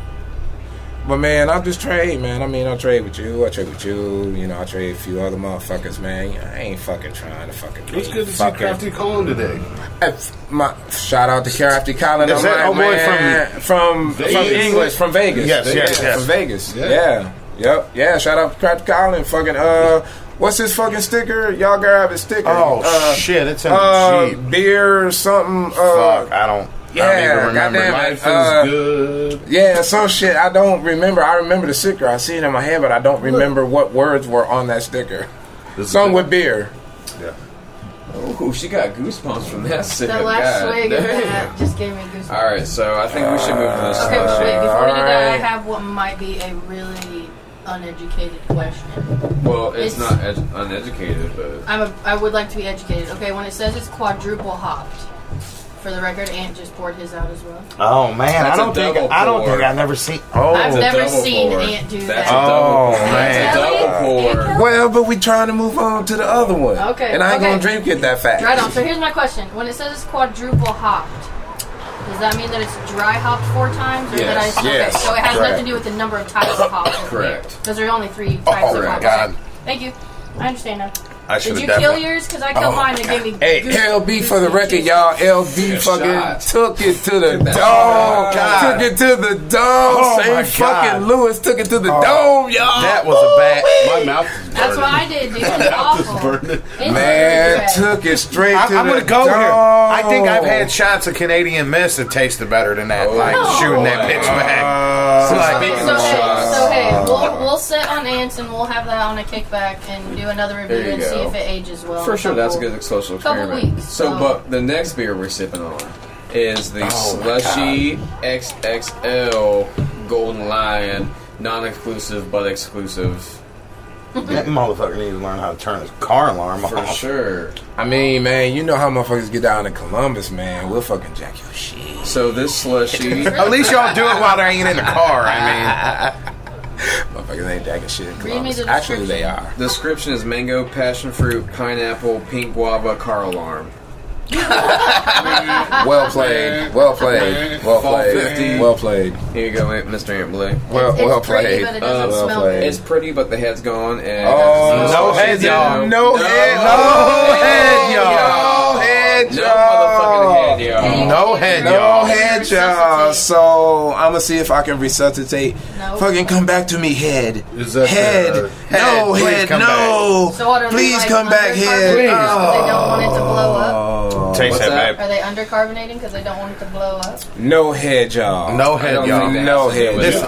Speaker 3: But man, I'll just trade, man. I mean, I'll trade with you, I'll trade with you, you know, I'll trade a few other motherfuckers, man. I ain't fucking trying to fucking.
Speaker 6: It was
Speaker 3: be
Speaker 6: good to see
Speaker 3: fucking-
Speaker 6: Crafty Colin today.
Speaker 3: F- My shout out to Crafty Colin.
Speaker 7: Is
Speaker 3: I'm
Speaker 7: that
Speaker 3: like,
Speaker 7: our boy
Speaker 3: man, from from,
Speaker 6: Vegas?
Speaker 3: English, from Vegas.
Speaker 7: Yes, yes,
Speaker 3: yeah,
Speaker 7: yes.
Speaker 3: from Vegas.
Speaker 6: Yeah.
Speaker 3: Yeah. yep, yeah. Shout out to Crafty Colin. Fucking uh, what's his fucking sticker? Y'all grab his sticker.
Speaker 7: Oh
Speaker 3: Uh,
Speaker 7: shit! It's in
Speaker 3: uh,
Speaker 7: the jeep.
Speaker 3: beer or something. Uh,
Speaker 7: Fuck! I don't. I
Speaker 3: yeah,
Speaker 7: don't even remember.
Speaker 3: goddamn
Speaker 7: Like,
Speaker 3: it.
Speaker 6: Life
Speaker 3: Uh,
Speaker 6: is good.
Speaker 3: Yeah, some shit. I don't remember. I remember the sticker. I see it in my head, but I don't remember what words were on that sticker.
Speaker 6: This is
Speaker 3: Some
Speaker 6: good.
Speaker 3: with beer.
Speaker 6: Yeah.
Speaker 4: Oh, she got goosebumps from that sip.
Speaker 5: That last
Speaker 4: God
Speaker 5: swig of
Speaker 4: damn.
Speaker 5: that just gave me goosebumps.
Speaker 4: All right, so I think we should move to this.
Speaker 5: Okay,
Speaker 4: next
Speaker 5: wait, before we do that, I
Speaker 3: alright.
Speaker 5: have what might be a really uneducated question.
Speaker 4: one. Well, it's,
Speaker 5: It's-
Speaker 4: not ed- uneducated, but
Speaker 5: I'm a, I would like to be educated. Okay, when it says it's quadruple hopped, for the record, Ant just poured his out as well.
Speaker 7: Oh man,
Speaker 4: That's
Speaker 7: I
Speaker 4: a
Speaker 7: don't think
Speaker 4: double
Speaker 7: I don't
Speaker 4: pour.
Speaker 7: think I never seen. Oh,
Speaker 5: I've
Speaker 4: It's a
Speaker 5: never
Speaker 4: double
Speaker 5: seen
Speaker 4: pour.
Speaker 5: Ant do
Speaker 4: That's
Speaker 5: that.
Speaker 4: A double,
Speaker 7: Oh,
Speaker 4: that's a
Speaker 5: man.
Speaker 4: double pour.
Speaker 3: Well, but we trying to move on to the other one.
Speaker 5: Okay,
Speaker 3: And I ain't
Speaker 5: okay.
Speaker 3: gonna drink it that fast.
Speaker 5: Right on. So here's my question: When it says it's quadruple hopped, does that mean that it's dry hopped four times, or that I?
Speaker 4: Yes,
Speaker 5: okay,
Speaker 3: yes,
Speaker 5: so it has
Speaker 3: correct.
Speaker 5: nothing to do with the number of types of hops.
Speaker 4: Correct.
Speaker 3: Oh,
Speaker 5: Because there are only three types of
Speaker 4: correct.
Speaker 5: hops.
Speaker 7: God.
Speaker 5: Thank you. I understand now.
Speaker 7: I should
Speaker 5: Did you
Speaker 7: have
Speaker 5: kill
Speaker 7: definitely.
Speaker 5: yours? Because I killed mine and it gave me.
Speaker 3: Oh, Hey,
Speaker 5: goose-
Speaker 3: LB for the
Speaker 5: goosebumps.
Speaker 3: record, y'all. LB
Speaker 4: Good
Speaker 3: fucking
Speaker 4: shot.
Speaker 3: took it to the dome.
Speaker 7: Oh, God. Oh,
Speaker 3: Took it to the dome. Same
Speaker 7: my
Speaker 3: fucking
Speaker 7: God.
Speaker 3: Lewis took it to the
Speaker 7: Oh,
Speaker 3: dome, y'all.
Speaker 7: That was a bad.
Speaker 6: My mouth is burning.
Speaker 5: That's what I did, dude. It was
Speaker 6: mouth is
Speaker 5: awful.
Speaker 6: burning.
Speaker 5: It's
Speaker 3: Man,
Speaker 5: regret.
Speaker 3: took it straight
Speaker 7: I,
Speaker 3: to the
Speaker 7: am gonna go here.
Speaker 3: dome.
Speaker 7: I think I've had shots of Canadian Mist that tasted better than that.
Speaker 4: Oh,
Speaker 7: like
Speaker 5: No.
Speaker 7: shooting that bitch back.
Speaker 4: So
Speaker 7: like-
Speaker 5: So hey,
Speaker 4: speaking of shots,
Speaker 5: so hey, we'll we'll sit on ants and we'll have that on a kickback and do another
Speaker 4: There
Speaker 5: review
Speaker 4: you
Speaker 5: and
Speaker 4: go.
Speaker 5: see if it ages well.
Speaker 4: for sure that's a
Speaker 5: Couple-
Speaker 4: good social
Speaker 5: couple
Speaker 4: experiment.
Speaker 5: weeks,
Speaker 4: so,
Speaker 5: so-
Speaker 4: but the next beer we're sipping on is the
Speaker 7: Oh, my
Speaker 4: slushy XXL Golden Lion, non-exclusive but exclusive
Speaker 7: That motherfucker needs to learn how to turn his car alarm
Speaker 4: for
Speaker 7: off.
Speaker 4: sure.
Speaker 3: I mean, man, you know how motherfuckers get down to Columbus, man. We'll fucking jack your shit.
Speaker 4: So this slushy,
Speaker 7: At least y'all do it while they ain't in the car. I mean,
Speaker 3: Motherfuckers ain't jacking shit in
Speaker 5: me
Speaker 3: Columbus.
Speaker 5: the
Speaker 3: Actually,
Speaker 5: description.
Speaker 3: they are.
Speaker 4: description is mango, passion fruit, pineapple, pink guava, car alarm.
Speaker 3: Well played. Well played. Well
Speaker 4: Fall
Speaker 3: played.
Speaker 4: 50.
Speaker 3: Well played.
Speaker 4: Here you go, eh, Mr. Ambley.
Speaker 3: Well,
Speaker 5: It's
Speaker 3: well
Speaker 5: pretty,
Speaker 3: played.
Speaker 5: but it doesn't
Speaker 3: well
Speaker 5: smell
Speaker 3: played.
Speaker 5: good.
Speaker 4: It's pretty, but the head's gone. And
Speaker 3: Oh,
Speaker 7: No head,
Speaker 4: heads,
Speaker 7: y'all.
Speaker 3: No head.
Speaker 7: No head, y'all.
Speaker 3: No head,
Speaker 4: No
Speaker 3: y'all.
Speaker 4: motherfucking head, y'all.
Speaker 7: No head,
Speaker 3: No
Speaker 7: y'all.
Speaker 3: head, y'all. So I'm gonna see if I can resuscitate.
Speaker 5: No.
Speaker 3: Fucking come back to me, head.
Speaker 6: Is that
Speaker 3: head?
Speaker 6: the-
Speaker 3: no
Speaker 7: Head, please
Speaker 3: head.
Speaker 7: come
Speaker 3: No.
Speaker 5: So what, are they,
Speaker 3: please
Speaker 5: like,
Speaker 3: come back,
Speaker 5: under
Speaker 3: head.
Speaker 5: carbonating 'cause They
Speaker 3: Oh.
Speaker 5: don't want it to blow up.
Speaker 7: taste
Speaker 4: What's
Speaker 7: that,
Speaker 4: that?
Speaker 7: babe.
Speaker 5: Are they undercarbonating because they don't want it to blow up?
Speaker 3: No head, y'all.
Speaker 7: No
Speaker 4: I
Speaker 7: head,
Speaker 4: don't
Speaker 7: y'all.
Speaker 4: think that
Speaker 3: No
Speaker 4: has to do
Speaker 3: head.
Speaker 4: with
Speaker 3: This-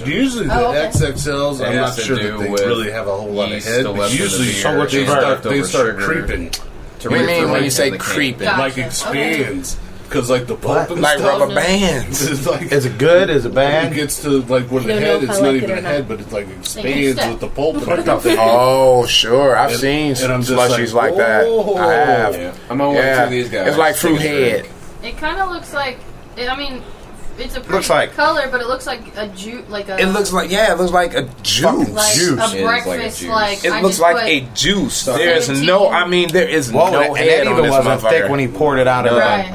Speaker 4: carbonation.
Speaker 6: Usually the
Speaker 5: Oh, okay.
Speaker 6: XXLs, I'm
Speaker 4: It
Speaker 6: not
Speaker 4: has to
Speaker 6: sure
Speaker 4: do
Speaker 6: that they
Speaker 4: with
Speaker 6: really have a whole lot of
Speaker 4: yeast
Speaker 6: head.
Speaker 4: left
Speaker 6: But
Speaker 4: in the
Speaker 6: usually
Speaker 4: beer
Speaker 6: so they
Speaker 4: and
Speaker 6: start, they
Speaker 4: over
Speaker 6: start
Speaker 4: sugar.
Speaker 6: creeping,
Speaker 4: To
Speaker 3: What do you
Speaker 4: read
Speaker 3: mean
Speaker 4: the
Speaker 3: when you
Speaker 4: label
Speaker 3: say
Speaker 4: in the can.
Speaker 3: creeping?
Speaker 5: Gotcha.
Speaker 6: like
Speaker 5: Okay.
Speaker 6: expands, because like the pulp and
Speaker 3: Like
Speaker 6: stuff.
Speaker 3: rubber bands.
Speaker 6: It's like
Speaker 7: Is it good? Is it
Speaker 6: it
Speaker 7: bad?
Speaker 6: gets to like where the
Speaker 9: don't know
Speaker 6: head,
Speaker 9: if I
Speaker 6: it's not
Speaker 9: like
Speaker 6: even
Speaker 9: it or
Speaker 6: a
Speaker 9: not.
Speaker 6: head, but it like expands
Speaker 5: stuck.
Speaker 6: with the pulp and everything.
Speaker 3: Oh, sure. I've seen
Speaker 6: and I'm just
Speaker 3: slushies
Speaker 6: like,
Speaker 3: like, that.
Speaker 6: "Whoa."
Speaker 3: I have.
Speaker 4: Yeah. I'm on
Speaker 3: Yeah.
Speaker 4: one of these guys.
Speaker 3: It's like fruit
Speaker 4: Take a drink.
Speaker 3: head.
Speaker 5: It kind of looks like. It, I mean, it's a pretty
Speaker 7: Looks like-
Speaker 5: color, but it looks like a ju like a.
Speaker 3: It looks like yeah, it looks like a juice.
Speaker 5: like
Speaker 7: juice.
Speaker 4: It is
Speaker 5: a
Speaker 4: like a
Speaker 5: breakfast
Speaker 4: juice.
Speaker 5: like.
Speaker 3: It
Speaker 5: I
Speaker 3: looks
Speaker 5: just
Speaker 3: like
Speaker 5: put-
Speaker 3: a juice. There is
Speaker 5: Seventeen.
Speaker 3: no, I mean, there is
Speaker 7: Whoa,
Speaker 3: no
Speaker 7: that, and
Speaker 3: head
Speaker 7: that
Speaker 3: on
Speaker 7: even
Speaker 3: this
Speaker 7: wasn't thick when
Speaker 3: motherfucker.
Speaker 7: he poured it out of
Speaker 5: Right.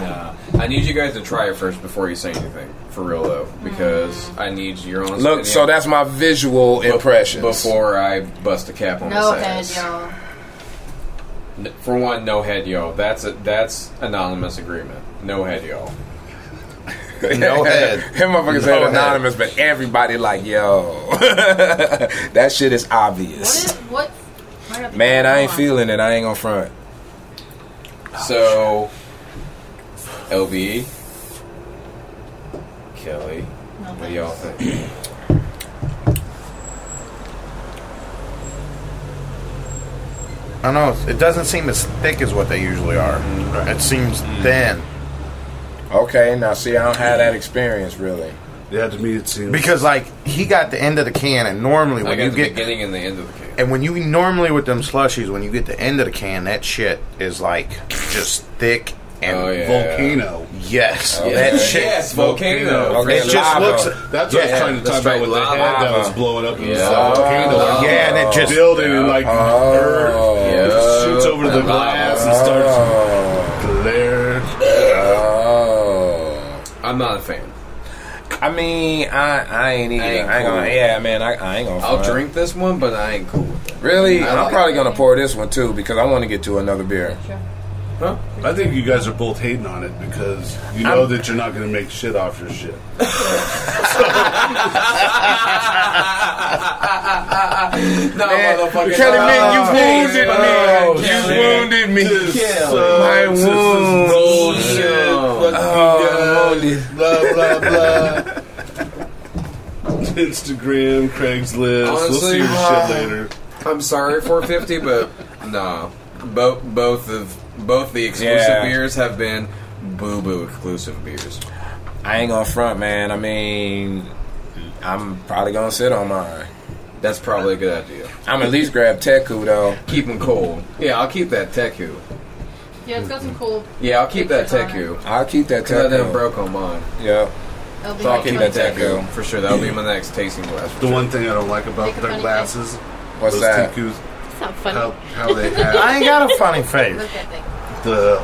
Speaker 4: I need you guys to try it first before you say anything, for real though,
Speaker 5: Mm-hmm.
Speaker 4: because I need your own.
Speaker 3: Look, so that's my visual impression.
Speaker 4: before I bust a cap on
Speaker 5: No
Speaker 4: this
Speaker 5: head,
Speaker 4: ass.
Speaker 5: y'all.
Speaker 4: N- For one, no head, yo. That's a that's anonymous agreement. No head, yo.
Speaker 7: the No head.
Speaker 3: Him motherfuckers said
Speaker 7: head.
Speaker 3: anonymous, but everybody like, yo, that shit is
Speaker 5: What
Speaker 3: obvious.
Speaker 5: is what? I gotta-
Speaker 3: Man, I ain't
Speaker 5: hold on.
Speaker 3: feeling it. I ain't gonna front. Oh,
Speaker 4: So, LB, Kelly,
Speaker 5: No,
Speaker 4: what do y'all
Speaker 5: thanks.
Speaker 4: think?
Speaker 7: I don't know. It doesn't seem as thick as what they usually are. It seems
Speaker 4: Mm.
Speaker 7: thin.
Speaker 3: Okay, now see, I don't have that experience really.
Speaker 6: Yeah, to me it seems
Speaker 7: Because like he got the end of the can, and normally
Speaker 4: I
Speaker 7: when
Speaker 4: got
Speaker 7: you
Speaker 4: the
Speaker 7: get
Speaker 4: beginning and the end of the can.
Speaker 7: and when you normally with them slushies, when you get the end of the can, that shit is like just thick and
Speaker 4: Oh, yeah. Oh,
Speaker 6: volcano.
Speaker 7: yes, that shit.
Speaker 4: Yes, volcano.
Speaker 3: Okay,
Speaker 7: It just
Speaker 3: lava.
Speaker 7: looks.
Speaker 6: That's what I was
Speaker 3: Ah, Yeah,
Speaker 6: trying to talk
Speaker 4: that's
Speaker 6: about
Speaker 4: right,
Speaker 6: with the head
Speaker 4: lava.
Speaker 6: that was blowing up. It was
Speaker 4: Yeah.
Speaker 6: a volcano.
Speaker 4: Oh,
Speaker 7: Yeah, and it just
Speaker 6: building and like
Speaker 3: Oh.
Speaker 6: earth. It just shoots over the
Speaker 4: Yeah.
Speaker 6: glass and starts
Speaker 3: Oh,
Speaker 6: glare.
Speaker 3: oh.
Speaker 4: I'm not a fan.
Speaker 3: I mean, I I ain't either. I ain't,
Speaker 4: ain't
Speaker 3: gonna.
Speaker 4: cool.
Speaker 3: Yeah, man, I, I ain't gonna.
Speaker 4: I'll
Speaker 3: front.
Speaker 4: drink this one, but I ain't cool with it.
Speaker 3: Really,
Speaker 4: I
Speaker 3: I'm
Speaker 4: like
Speaker 3: probably
Speaker 5: it.
Speaker 3: gonna pour this one too because I want to get to another beer.
Speaker 5: Sure.
Speaker 4: Huh?
Speaker 6: I think you guys are both hating on it because you know that you're not going to make shit off your shit.
Speaker 4: No, motherfucker.
Speaker 3: Kelly, man, you
Speaker 4: Oh,
Speaker 3: wounded
Speaker 4: man.
Speaker 3: me.
Speaker 4: Kelly.
Speaker 3: You wounded me.
Speaker 6: My
Speaker 3: wounds.
Speaker 4: Oh.
Speaker 3: Oh,
Speaker 6: bullshit. Fuck you guys. Blah blah blah. Instagram, Craigslist. we'll
Speaker 4: Honestly,
Speaker 6: see your
Speaker 4: uh,
Speaker 6: shit later.
Speaker 4: I'm sorry, 450, but no. Both both of both the exclusive
Speaker 3: Yeah.
Speaker 4: beers have been boo boo exclusive beers.
Speaker 3: I ain't gonna front, man. I mean, I'm probably gonna sit on mine.
Speaker 4: That's probably a good idea.
Speaker 3: I'm at least grab Teku though.
Speaker 4: Keep them cold. Yeah, I'll keep that Teku.
Speaker 5: Yeah, it's got some cool.
Speaker 4: Yeah, I'll keep that
Speaker 5: Pictures
Speaker 4: Teku.
Speaker 5: on
Speaker 3: I'll keep that
Speaker 4: Cause I done
Speaker 3: Teku.
Speaker 4: broke on mine.
Speaker 3: Yeah.
Speaker 5: LB
Speaker 4: So I'll keep that
Speaker 5: ones.
Speaker 4: Teku for sure. That'll be my next tasting glass.
Speaker 6: The one thing I don't like about
Speaker 5: Make a
Speaker 6: their
Speaker 5: funny
Speaker 6: glasses,
Speaker 3: What's
Speaker 6: those
Speaker 3: that? Oh,
Speaker 6: tikus,
Speaker 9: It's not
Speaker 6: how,
Speaker 9: funny.
Speaker 6: how they have
Speaker 7: I ain't got a funny face.
Speaker 5: Look at that.
Speaker 6: the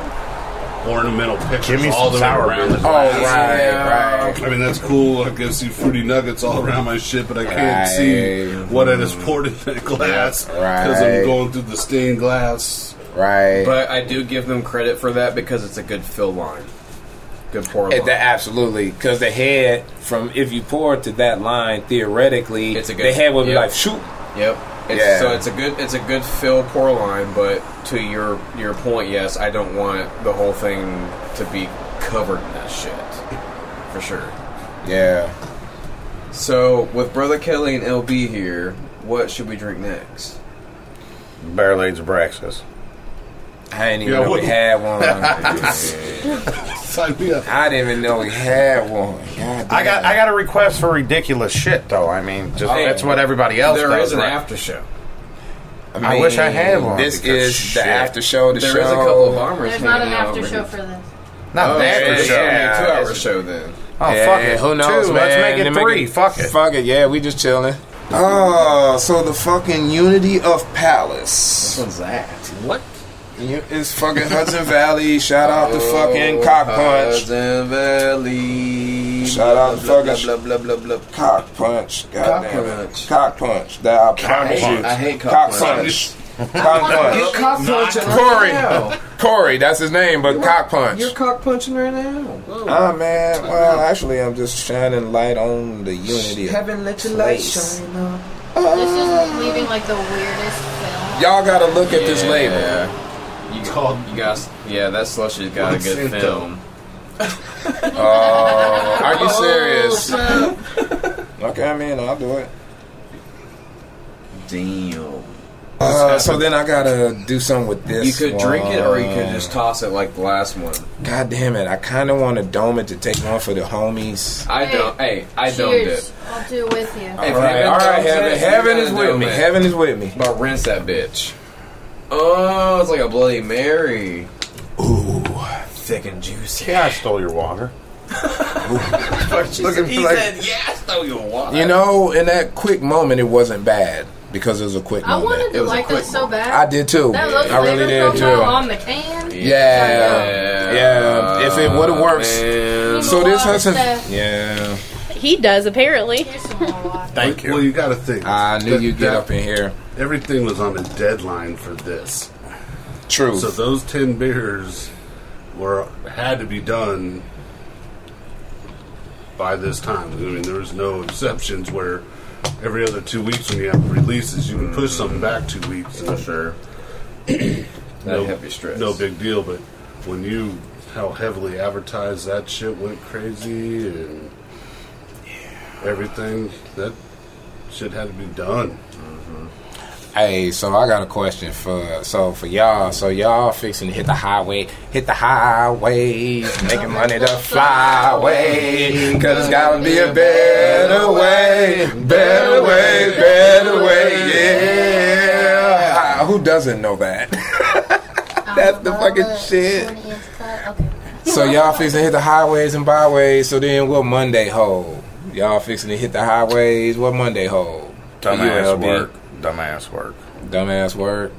Speaker 6: ornamental pictures
Speaker 7: Give me
Speaker 6: all the
Speaker 7: some
Speaker 6: way
Speaker 7: sour
Speaker 6: around
Speaker 7: beer.
Speaker 6: the
Speaker 7: Oh,
Speaker 6: glass.
Speaker 7: right, right.
Speaker 6: I mean, that's cool. I can see fruity nuggets all around my shit, but I can't
Speaker 7: Right.
Speaker 6: see what I just poured in that glass because I'm
Speaker 7: Right.
Speaker 6: going through the stained glass.
Speaker 7: Right.
Speaker 4: But I do give them credit for that because it's a good fill line. Good pour
Speaker 3: Eh,
Speaker 4: line.
Speaker 3: that- absolutely, because the head from if you pour it to that line, theoretically,
Speaker 4: It's a good-
Speaker 3: the head would be
Speaker 4: yep.
Speaker 3: like shoot.
Speaker 4: Yep. It's,
Speaker 7: Yeah.
Speaker 4: So it's a good it's a good fill pour line, but to your your point, yes, I don't want the whole thing to be covered in that shit for sure.
Speaker 7: yeah.
Speaker 4: So with brother Kelly and LB here, what should we drink next?
Speaker 7: Barrel aged Braxis.
Speaker 3: I didn't even
Speaker 6: Yeah,
Speaker 3: know
Speaker 6: what-
Speaker 3: we had one.
Speaker 6: Sign me up.
Speaker 3: I didn't even know we had one. God
Speaker 7: I got I got a request for ridiculous shit though. I mean, just,
Speaker 4: Hey,
Speaker 7: that's what everybody else
Speaker 4: Oh, There
Speaker 7: does.
Speaker 4: is an
Speaker 7: right?
Speaker 4: after show.
Speaker 3: damn.
Speaker 7: I wish I had one,
Speaker 3: This
Speaker 7: because
Speaker 3: is
Speaker 7: shit.
Speaker 3: the after show. The
Speaker 4: There is
Speaker 3: show.
Speaker 4: a couple of bombers.
Speaker 5: There's not an
Speaker 4: hanging out
Speaker 5: after
Speaker 4: over
Speaker 5: show
Speaker 4: here.
Speaker 5: for this.
Speaker 7: Not
Speaker 4: Oh,
Speaker 7: that
Speaker 4: yeah,
Speaker 7: for
Speaker 4: it's
Speaker 7: sure.
Speaker 4: gonna be a two-hour show then.
Speaker 7: Oh
Speaker 3: Yeah,
Speaker 7: fuck it.
Speaker 3: Who knows?
Speaker 7: Two.
Speaker 3: man.
Speaker 7: Let's make it
Speaker 3: They
Speaker 7: three. fuck it.
Speaker 3: Fuck it. Yeah, we just chilling. Oh, so the fucking unity of
Speaker 4: Which
Speaker 3: Palace.
Speaker 4: one's that?
Speaker 7: What?
Speaker 3: It's fucking Hudson Valley. Shout out to fucking
Speaker 4: Oh,
Speaker 3: Cock Punch.
Speaker 4: Hudson Valley.
Speaker 3: Shout out to
Speaker 4: blah, blah,
Speaker 3: fucking-
Speaker 4: blah, blah, blah, blah, blah.
Speaker 3: Cock Punch. God
Speaker 4: Cock
Speaker 3: damn it.
Speaker 4: Punch.
Speaker 3: Cock Punch. That I promise
Speaker 4: hate-
Speaker 3: you.
Speaker 4: I hate Cock
Speaker 3: Punch. Cock Punch.
Speaker 4: cock punching
Speaker 3: Corey. Corey, that's his name, but Cock Punch.
Speaker 4: cock punching right now.
Speaker 3: Ah, man. Well, actually, I'm just shining light on the unity. of-
Speaker 4: let your shine on.
Speaker 5: This is leaving like the weirdest film.
Speaker 3: Y'all gotta look at this label.
Speaker 4: You got, you got, yeah, that slushy's got a good
Speaker 6: Placenta.
Speaker 4: film.
Speaker 3: Are
Speaker 4: Oh,
Speaker 3: you serious? okay, I mean, I'll do it.
Speaker 4: Damn.
Speaker 3: Uh, so then I gotta do something with this.
Speaker 4: You could drink it or you could
Speaker 3: one.
Speaker 4: just toss it like the last one.
Speaker 3: God damn it! I kind of want to dome it to take one for the homies.
Speaker 4: I
Speaker 5: Hey.
Speaker 4: don't, hey, I domed it.
Speaker 5: Cheers. I'll do it with you.
Speaker 4: If
Speaker 3: all right,
Speaker 4: heaven
Speaker 3: all right,
Speaker 4: domes
Speaker 3: heaven,
Speaker 4: it,
Speaker 3: heaven
Speaker 4: you
Speaker 3: is
Speaker 4: gotta
Speaker 3: with me.
Speaker 4: dome it.
Speaker 3: Heaven is with me.
Speaker 4: But rinse that bitch. Oh, it's like a Bloody Mary.
Speaker 3: Ooh,
Speaker 4: Thick and juicy.
Speaker 7: Yeah, I stole your water.
Speaker 3: looking
Speaker 4: He said, yes, though you'll watch.
Speaker 3: you know, in that quick moment, it wasn't bad because it was a quick
Speaker 5: I
Speaker 3: moment.
Speaker 5: wanted
Speaker 4: It
Speaker 5: to
Speaker 4: was a
Speaker 5: like
Speaker 4: quick
Speaker 5: that so
Speaker 4: one.
Speaker 5: bad.
Speaker 3: I did too.
Speaker 5: That low
Speaker 3: I really
Speaker 5: flavor
Speaker 3: did
Speaker 5: profile
Speaker 3: too.
Speaker 5: on the can.
Speaker 3: Yeah, yeah. If it would have worked.
Speaker 4: Oh, Man.
Speaker 3: So this Hudson.
Speaker 5: Stuff.
Speaker 3: Yeah,
Speaker 9: He does apparently.
Speaker 5: Here's some more water.
Speaker 7: Thank
Speaker 6: Well,
Speaker 7: you.
Speaker 6: you got to think.
Speaker 3: Ah, I knew
Speaker 6: that-
Speaker 3: you'd get
Speaker 6: that
Speaker 3: up in here.
Speaker 6: Everything was on a deadline for this.
Speaker 3: True.
Speaker 6: So those ten beers were had to be done by this time. I mean, there was no exceptions where every other two weeks when you have releases, you can push something back two weeks. For sure,
Speaker 4: That
Speaker 6: no
Speaker 4: heavy stress.
Speaker 6: no big deal. But when you how heavily advertised that shit went crazy and everything that shit had to be done.
Speaker 3: Hey, so I got a question for so for y'all. So y'all fixing to hit the highway, hit the highway, making money to fly away. Cause it's gotta be a better way, better way, better way. Yeah. Ah, who doesn't know that? That's the fucking shit. So y'all fixing to hit the highways and byways. So then what Monday hold? Y'all fixing to hit the highways. What Monday hold?
Speaker 7: Dumbass
Speaker 3: ULB.
Speaker 7: work. Dumbass work.
Speaker 3: Dumbass word.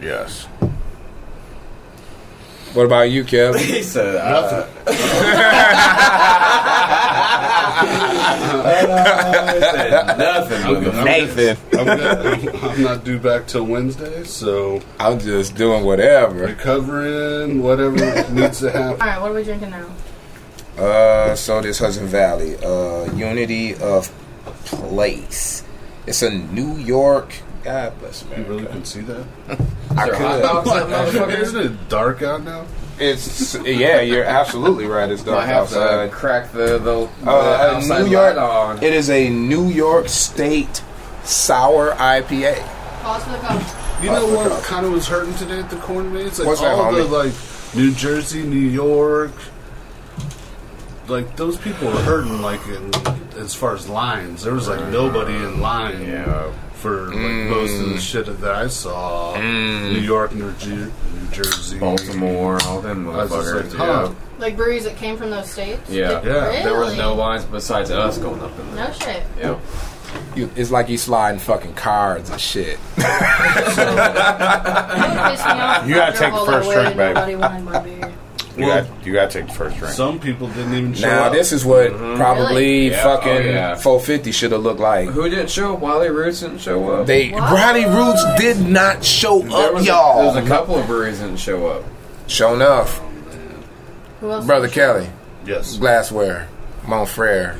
Speaker 7: Yes.
Speaker 3: What about you, Kev?
Speaker 4: He said,
Speaker 6: Nothing.
Speaker 4: uh, he uh, said nothing.
Speaker 6: I'm good. I'm
Speaker 3: Nathan.
Speaker 6: good. I'm, good. I'm not due back till Wednesday, so
Speaker 3: I'm just doing whatever.
Speaker 6: recovering whatever needs to happen.
Speaker 5: All right, what are we drinking now?
Speaker 3: Uh, so this Hudson Valley, uh, Unity of Place. It's a New York. God bless
Speaker 6: You really
Speaker 3: America.
Speaker 6: can see that?
Speaker 3: I
Speaker 4: there a hot dog?
Speaker 3: could.
Speaker 6: Isn't it dark out now?
Speaker 3: It's yeah. You're absolutely right. It's
Speaker 4: I
Speaker 3: dark
Speaker 4: have to uh,
Speaker 3: outside.
Speaker 4: crack the, the,
Speaker 3: Uh,
Speaker 4: the outside
Speaker 3: a New York.
Speaker 4: light on.
Speaker 3: It is a New York State sour IPA.
Speaker 5: Pause for the cup.
Speaker 6: You know what kind of was hurting today at the corn maze? Like
Speaker 3: What's that,
Speaker 6: all the
Speaker 3: homie?
Speaker 6: like New Jersey, New York. Like those people were hurting, like in, as far as lines, there was like nobody in line
Speaker 4: Yeah.
Speaker 6: for like most of the shit that I saw. New York, New, Jer- New Jersey,
Speaker 4: Baltimore, all them
Speaker 6: I was just
Speaker 4: motherfuckers.
Speaker 6: like, huh,
Speaker 5: Like breweries that came from those states.
Speaker 4: yeah. yeah.
Speaker 6: Yeah.
Speaker 5: Really?
Speaker 4: There was no lines besides us going up in there.
Speaker 5: No shit.
Speaker 4: Yep.
Speaker 3: you, it's like you sliding fucking cards and shit.
Speaker 5: You
Speaker 7: You gotta take the first drink, babe.
Speaker 5: Nobody wanted my beer.
Speaker 7: You
Speaker 6: Well-
Speaker 7: got you got to take the first drink.
Speaker 6: Some people didn't even show
Speaker 3: Now
Speaker 6: up.
Speaker 3: this is what probably
Speaker 5: Really?
Speaker 4: Yeah,
Speaker 3: fucking
Speaker 4: Mm-hmm. oh, yeah.
Speaker 3: 450 should have looked like.
Speaker 4: Who didn't show up? Wally Roots didn't show up.
Speaker 3: They
Speaker 5: What?
Speaker 3: Riley Roots did not show
Speaker 4: there
Speaker 3: up,
Speaker 4: was A,
Speaker 3: y'all.
Speaker 4: there was a couple of breweries didn't show up.
Speaker 3: Show enough,
Speaker 5: Who else?
Speaker 3: brother Kelly,
Speaker 6: yes.
Speaker 3: glassware, Montfrere.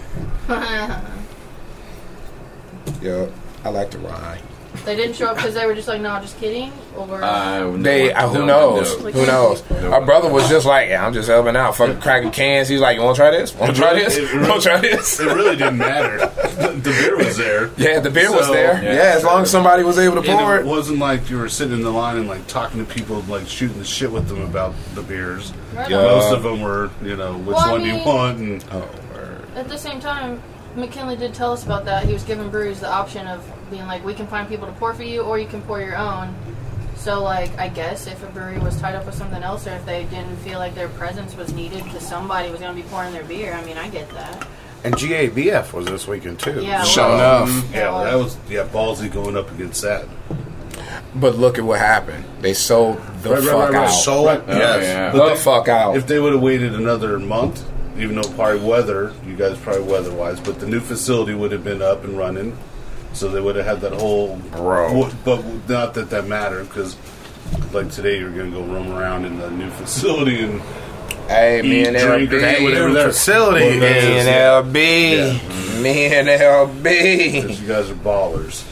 Speaker 3: Yup, I like to rhyme.
Speaker 5: They didn't show up because they were just like, no, just kidding. Or
Speaker 4: Uh, no
Speaker 3: They,
Speaker 4: one-
Speaker 3: uh, who
Speaker 4: no one
Speaker 3: knows?
Speaker 4: knows.
Speaker 3: Who knows?
Speaker 4: No
Speaker 3: Our
Speaker 4: one
Speaker 3: brother was just like, yeah, I'm just helping out, fucking cracking cans. He's like, you want to try this? Want to try this?
Speaker 6: It really-
Speaker 3: Want to try this?
Speaker 6: It really didn't matter. The, the beer was there.
Speaker 3: Yeah, the beer was
Speaker 6: So-
Speaker 3: there. Yeah,
Speaker 4: Yeah,
Speaker 3: as long as somebody was able to pour
Speaker 6: And
Speaker 3: it.
Speaker 6: it wasn't like you were sitting in the line and like talking to people, like shooting the shit with them about the beers.
Speaker 5: Right
Speaker 6: Yeah.
Speaker 5: on.
Speaker 6: Most of them were, you know, which
Speaker 5: Well, I
Speaker 6: one do you
Speaker 5: mean-
Speaker 6: want? And
Speaker 3: Oh.
Speaker 5: At the same time, McKinley did tell us about that. He was giving breweries the option of being like, we can find people to pour for you, or you can pour your own. So, like, I guess if a brewery was tied up with something else, or if they didn't feel like their presence was needed because somebody was going to be pouring their beer, I mean, I get that.
Speaker 7: and GABF was this weekend too.
Speaker 5: Yeah.
Speaker 4: Um,
Speaker 3: Show
Speaker 5: well,
Speaker 3: enough.
Speaker 6: yeah, well, that was yeah ballsy going up against that.
Speaker 3: But look at what happened. They sold the
Speaker 6: Right, right,
Speaker 3: fuck
Speaker 6: right, right. Oh,
Speaker 3: out.
Speaker 7: So yes.
Speaker 4: yeah.
Speaker 3: the
Speaker 6: But they-
Speaker 3: fuck out.
Speaker 6: If they would have waited another month, even though probably weather, you guys probably weather wise, but the new facility would have been up and running, so they would have had that whole.
Speaker 7: Bro.
Speaker 6: Wo- But not that that mattered because, like today, you're going to go roam around in the new facility and
Speaker 3: hey, me
Speaker 6: eat,
Speaker 3: and
Speaker 6: drink, or do whatever
Speaker 3: LB.
Speaker 6: there.
Speaker 7: facility
Speaker 6: Well,
Speaker 3: Me and
Speaker 6: that's-
Speaker 3: LB. Me and
Speaker 6: 'cause
Speaker 3: LB.
Speaker 6: you guys are ballers.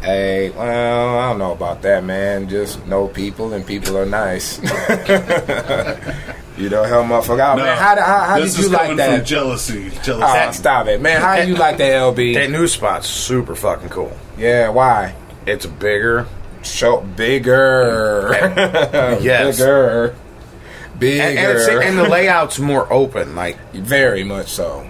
Speaker 3: Hey, well, I don't know about that, man. Just know people, and people are nice. you don't help motherfucker out, man. How, how, how
Speaker 6: this
Speaker 3: did you
Speaker 6: is
Speaker 3: like
Speaker 6: coming From
Speaker 3: that?
Speaker 6: jealousy.
Speaker 3: Aw,
Speaker 6: Jealousy.
Speaker 3: stop it, man. How do you like that,
Speaker 7: That
Speaker 3: LB?
Speaker 7: new spot's super fucking cool.
Speaker 3: Yeah, why?
Speaker 7: It's bigger.
Speaker 3: Show bigger.
Speaker 7: Yes.
Speaker 3: Bigger. Bigger.
Speaker 7: And, and, it's, and the layout's more open. Like
Speaker 3: Very much so.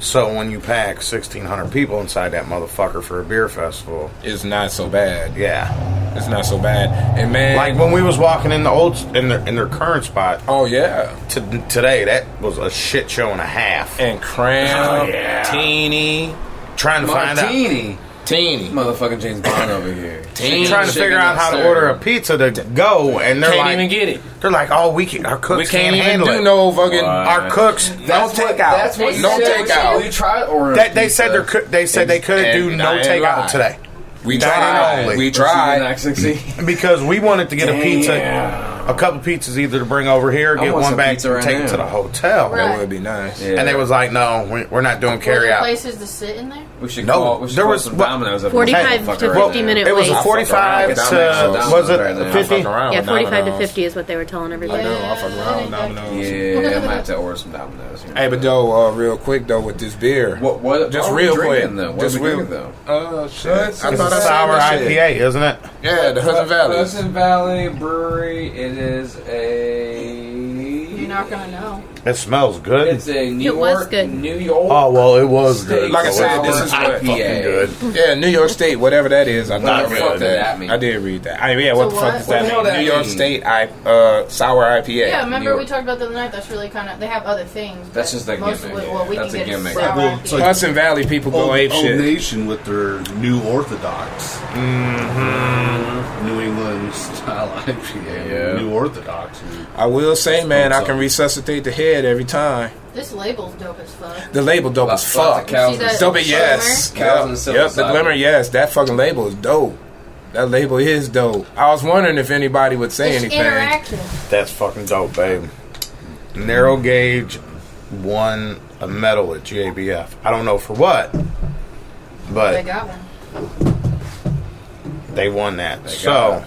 Speaker 7: so, when you pack sixteen hundred people inside that motherfucker for a beer festival,
Speaker 3: It's not so bad.
Speaker 7: yeah.
Speaker 3: It's not so bad. And man,
Speaker 7: Like when we was walking in the old in their in their current spot
Speaker 3: oh yeah,
Speaker 7: to, today, that was a shit show and a half.
Speaker 3: and cram,
Speaker 7: Oh, yeah.
Speaker 3: teeny,
Speaker 7: trying to find out.
Speaker 4: Martini.
Speaker 3: teeny.
Speaker 4: Motherfucking James Bond over here.
Speaker 3: Teeny.
Speaker 7: trying to
Speaker 4: Shit
Speaker 7: figure out
Speaker 4: got
Speaker 7: how to
Speaker 4: served.
Speaker 7: order a pizza to go, and they're
Speaker 3: Can't
Speaker 7: like,
Speaker 3: even get it.
Speaker 7: they're like, oh, we can, our cooks
Speaker 3: We can't, even
Speaker 7: handle
Speaker 3: do
Speaker 7: it.
Speaker 3: no fucking.
Speaker 4: Wow.
Speaker 7: our cooks,
Speaker 3: That's
Speaker 7: no
Speaker 3: what-
Speaker 7: takeout.
Speaker 4: That's what
Speaker 5: They
Speaker 4: you
Speaker 3: No
Speaker 4: said we
Speaker 3: takeout.
Speaker 4: should- We tried ordering.
Speaker 7: That- they said
Speaker 4: pizza.
Speaker 7: they're cou- they said they couldn't do
Speaker 3: And
Speaker 7: no
Speaker 3: I ain't
Speaker 7: takeout
Speaker 3: lying.
Speaker 7: today
Speaker 3: We
Speaker 7: That ain't
Speaker 3: tried.
Speaker 7: all.
Speaker 3: We
Speaker 4: But you did
Speaker 3: tried.
Speaker 4: not succeed.
Speaker 7: because we wanted to get a pizza,
Speaker 4: Damn.
Speaker 7: a couple pizzas either to bring over here,
Speaker 4: I
Speaker 7: get
Speaker 4: want
Speaker 7: one
Speaker 4: some
Speaker 7: back,
Speaker 4: pizza right
Speaker 7: take it to
Speaker 4: now.
Speaker 7: the hotel.
Speaker 5: Right.
Speaker 3: That would be nice.
Speaker 4: Yeah.
Speaker 7: And they was like, no, we, we're not doing
Speaker 5: Were
Speaker 7: carry
Speaker 5: there
Speaker 7: out.
Speaker 5: places to sit in there?
Speaker 4: We should
Speaker 7: No,
Speaker 4: call. We should
Speaker 7: there
Speaker 4: call
Speaker 7: was-
Speaker 4: some
Speaker 7: what-
Speaker 4: dominoes. up in this
Speaker 9: 45
Speaker 4: motherfucker
Speaker 9: to
Speaker 4: right
Speaker 9: 50 minute
Speaker 7: It was
Speaker 9: wait.
Speaker 7: a forty-five
Speaker 4: Fuck around
Speaker 7: to
Speaker 4: with
Speaker 7: was
Speaker 4: Domino's right
Speaker 7: it
Speaker 4: now.
Speaker 7: fifty?
Speaker 3: Fuck around
Speaker 9: Yeah,
Speaker 3: with
Speaker 9: 45 to
Speaker 3: dominoes.
Speaker 9: 50 is what they were telling everybody.
Speaker 3: know, I fuck around with dominoes.
Speaker 4: there. Yeah, I might have to order some dominoes.
Speaker 3: Hey, but though, uh, real quick though, with this beer,
Speaker 4: What? What?
Speaker 3: just
Speaker 4: what are we
Speaker 3: real
Speaker 4: drinking,
Speaker 3: quick,
Speaker 4: Though? What
Speaker 3: just
Speaker 4: are we
Speaker 3: real.
Speaker 4: drinking, though?
Speaker 3: Oh shit! I
Speaker 7: It's a
Speaker 3: thought I said
Speaker 7: sour
Speaker 3: that shit.
Speaker 7: IPA, isn't it?
Speaker 3: Yeah, the Hudson Valley.
Speaker 4: Hudson Valley Brewery. It is a.
Speaker 5: You're not going to know.
Speaker 7: It smells good.
Speaker 4: It's a New
Speaker 9: It was
Speaker 4: York.
Speaker 9: good.
Speaker 4: New York.
Speaker 7: oh well, it was
Speaker 4: State
Speaker 7: good.
Speaker 3: Like I
Speaker 7: so
Speaker 3: said,
Speaker 7: it
Speaker 3: this
Speaker 7: was
Speaker 3: is
Speaker 7: not
Speaker 4: what-
Speaker 7: fucking
Speaker 4: IPA.
Speaker 7: good.
Speaker 3: Yeah, New York State, whatever that is. I
Speaker 4: Not
Speaker 3: thought I
Speaker 4: really.
Speaker 3: read that.
Speaker 4: That mean.
Speaker 3: I did read that. I mean, yeah, what the
Speaker 5: So
Speaker 3: fuck
Speaker 5: what?
Speaker 3: does
Speaker 5: What
Speaker 3: that
Speaker 4: the
Speaker 3: mean?
Speaker 4: hell that
Speaker 3: New York
Speaker 4: mean?
Speaker 3: State I, uh, sour IPA.
Speaker 5: Yeah, remember
Speaker 4: York.
Speaker 5: we talked about the other night? That's really kind of. They have other things.
Speaker 4: That's
Speaker 5: but
Speaker 4: just a
Speaker 5: most
Speaker 4: gimmick,
Speaker 5: of
Speaker 4: yeah.
Speaker 5: What we
Speaker 4: That's
Speaker 5: can
Speaker 4: a
Speaker 5: get
Speaker 4: gimmick.
Speaker 5: Is sour
Speaker 6: Well, it's like-
Speaker 5: IPA.
Speaker 3: Hudson Valley people go
Speaker 6: Old,
Speaker 3: ape
Speaker 6: Old
Speaker 3: shit.
Speaker 6: Nation with their new Orthodox, New England style IPA,
Speaker 4: Yeah.
Speaker 6: New Orthodox. And
Speaker 3: I will say, man, I
Speaker 6: What's
Speaker 3: can
Speaker 6: up?
Speaker 3: resuscitate the head every time.
Speaker 5: this label's dope as fuck.
Speaker 3: The label dope
Speaker 4: Lots-
Speaker 3: as
Speaker 4: lots of
Speaker 3: fuck.
Speaker 4: cows
Speaker 5: See
Speaker 4: and
Speaker 5: that-
Speaker 4: stuff.
Speaker 3: Dope, as- yes.
Speaker 4: Cows and
Speaker 3: Yep. Yep, the
Speaker 4: psilocybin.
Speaker 3: glimmer, yes. That fucking label is dope. That label is dope. I was wondering if anybody would say
Speaker 5: It's
Speaker 3: anything.
Speaker 5: interactive.
Speaker 7: That's fucking dope, babe. Narrow gauge won a medal at GABF. I don't know for what,
Speaker 5: They
Speaker 7: but
Speaker 5: got one.
Speaker 7: they won that.
Speaker 4: got
Speaker 7: so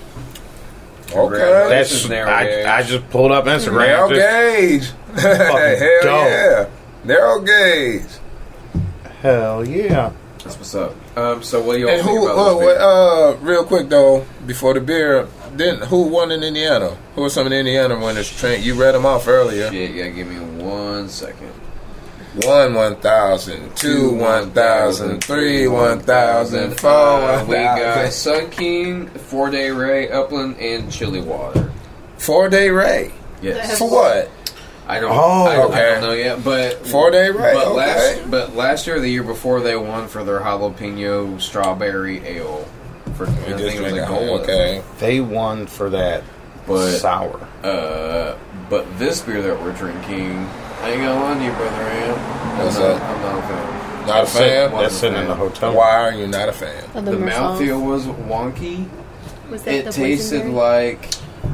Speaker 4: it.
Speaker 3: Okay.
Speaker 4: This
Speaker 7: that's
Speaker 4: is narrow gauge.
Speaker 7: I, I just pulled up
Speaker 3: Narrow
Speaker 7: Instagram. Just-
Speaker 3: gauge. Hell
Speaker 7: dope.
Speaker 3: yeah. Narrow gauge.
Speaker 7: Hell yeah!
Speaker 4: That's what's up. Um. So what do you all
Speaker 3: And
Speaker 4: think
Speaker 3: who?
Speaker 4: about
Speaker 3: Uh,
Speaker 4: this?
Speaker 3: wait, uh, real quick though, before the beer, then who won in Indiana? Who are some of the Indiana winners? Trent, you read them off earlier.
Speaker 4: beer? Shit. Yeah. Give me one second.
Speaker 3: One one thousand, two one thousand, three one thousand, four
Speaker 4: Uh,
Speaker 3: one
Speaker 4: we got
Speaker 3: thousand.
Speaker 4: Sun King, Four Day Ray, Upland, and Chili Water.
Speaker 3: Four day Ray
Speaker 4: Yes.
Speaker 3: for what?
Speaker 4: I don't.
Speaker 7: Oh,
Speaker 4: I, I
Speaker 7: okay.
Speaker 4: don't know yet, but
Speaker 3: Four day rate,
Speaker 4: But
Speaker 3: okay.
Speaker 4: last, but last year, or the year before, they won for their jalapeno strawberry ale. For I
Speaker 3: We
Speaker 4: think
Speaker 3: just
Speaker 4: it was
Speaker 3: drank
Speaker 4: a
Speaker 3: out,
Speaker 4: gold.
Speaker 3: okay.
Speaker 7: They won for that
Speaker 4: But-
Speaker 7: sour.
Speaker 4: Uh, but this beer that we're drinking, I ain't gonna lie to you, brother. I am.
Speaker 3: What's
Speaker 4: I'm not,
Speaker 3: that?
Speaker 4: I'm not a fan.
Speaker 3: Not a
Speaker 7: That's sitting,
Speaker 3: fan.
Speaker 7: that's sitting in the hotel.
Speaker 3: Why are you not a fan?
Speaker 9: Of
Speaker 4: The
Speaker 9: Mercedes.
Speaker 4: mouthfeel was wonky.
Speaker 9: Was that
Speaker 4: It
Speaker 9: the
Speaker 4: tasted
Speaker 9: boysenberry?
Speaker 4: like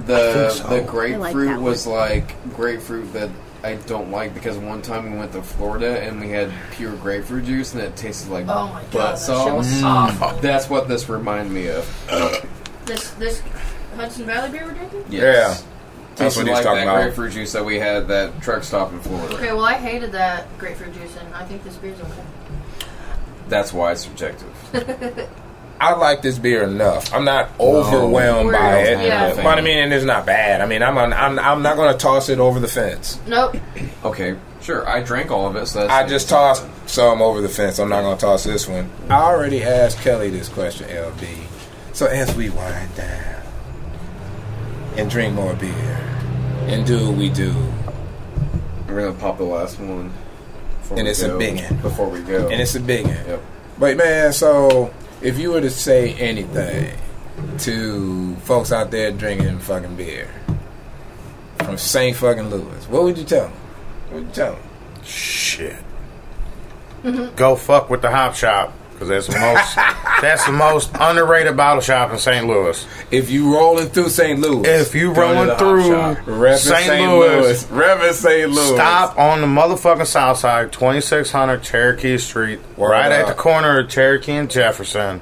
Speaker 4: the
Speaker 7: think so.
Speaker 4: the
Speaker 9: I like
Speaker 4: grapefruit
Speaker 9: that one.
Speaker 4: was like grapefruit that I don't like because one time we went to Florida and we had pure grapefruit juice and it tasted like
Speaker 5: Oh my god,
Speaker 4: butt Mm. Oh.
Speaker 5: that shit
Speaker 3: Mm.
Speaker 4: sauce.
Speaker 5: was awful.
Speaker 4: That's what this reminded me of.
Speaker 5: This this Hudson Valley beer we're drinking.
Speaker 4: Yes.
Speaker 3: That's what
Speaker 4: Tasted
Speaker 3: he's
Speaker 4: like
Speaker 3: talking
Speaker 4: that
Speaker 3: about.
Speaker 4: grapefruit juice that we had at that truck stop in Florida.
Speaker 5: Okay, well I hated that grapefruit juice, and I think this beer's okay.
Speaker 4: That's why it's subjective.
Speaker 3: I like this beer enough. I'm not overwhelmed
Speaker 5: We're-
Speaker 3: by it.
Speaker 5: yeah.
Speaker 3: But I mean, and it's not bad. I mean, I'm on, I'm I'm not going to toss it over the fence.
Speaker 5: Nope.
Speaker 4: Okay, sure. I drank all of it, so that's
Speaker 3: I just tossed some over the fence. I'm not going to toss this one. I already asked Kelly this question, LB. So as we wind down and drink more beer and do what we do,
Speaker 4: We're gonna pop the last one. before
Speaker 3: And
Speaker 4: we
Speaker 3: it's a
Speaker 4: go-
Speaker 3: biggin'.
Speaker 4: Before we go,
Speaker 3: and it's a big one.
Speaker 4: yep.
Speaker 3: But man, so if you were to say anything to folks out there drinking fucking beer from St. fucking Louis, what would you tell them? What would you tell them?
Speaker 7: Shit. Go fuck with the hop shop because that's the most that's the most underrated bottle shop in St. Louis.
Speaker 3: If you rolling through St. Louis,
Speaker 7: If you
Speaker 4: Go to the
Speaker 7: rolling
Speaker 4: hop shop.
Speaker 7: through
Speaker 3: repping
Speaker 7: St. Louis,
Speaker 3: repping St. Louis,
Speaker 7: stop on the motherfucking south side, 2600 Cherokee Street,
Speaker 3: Word
Speaker 7: right at
Speaker 3: up.
Speaker 7: the corner of Cherokee and Jefferson.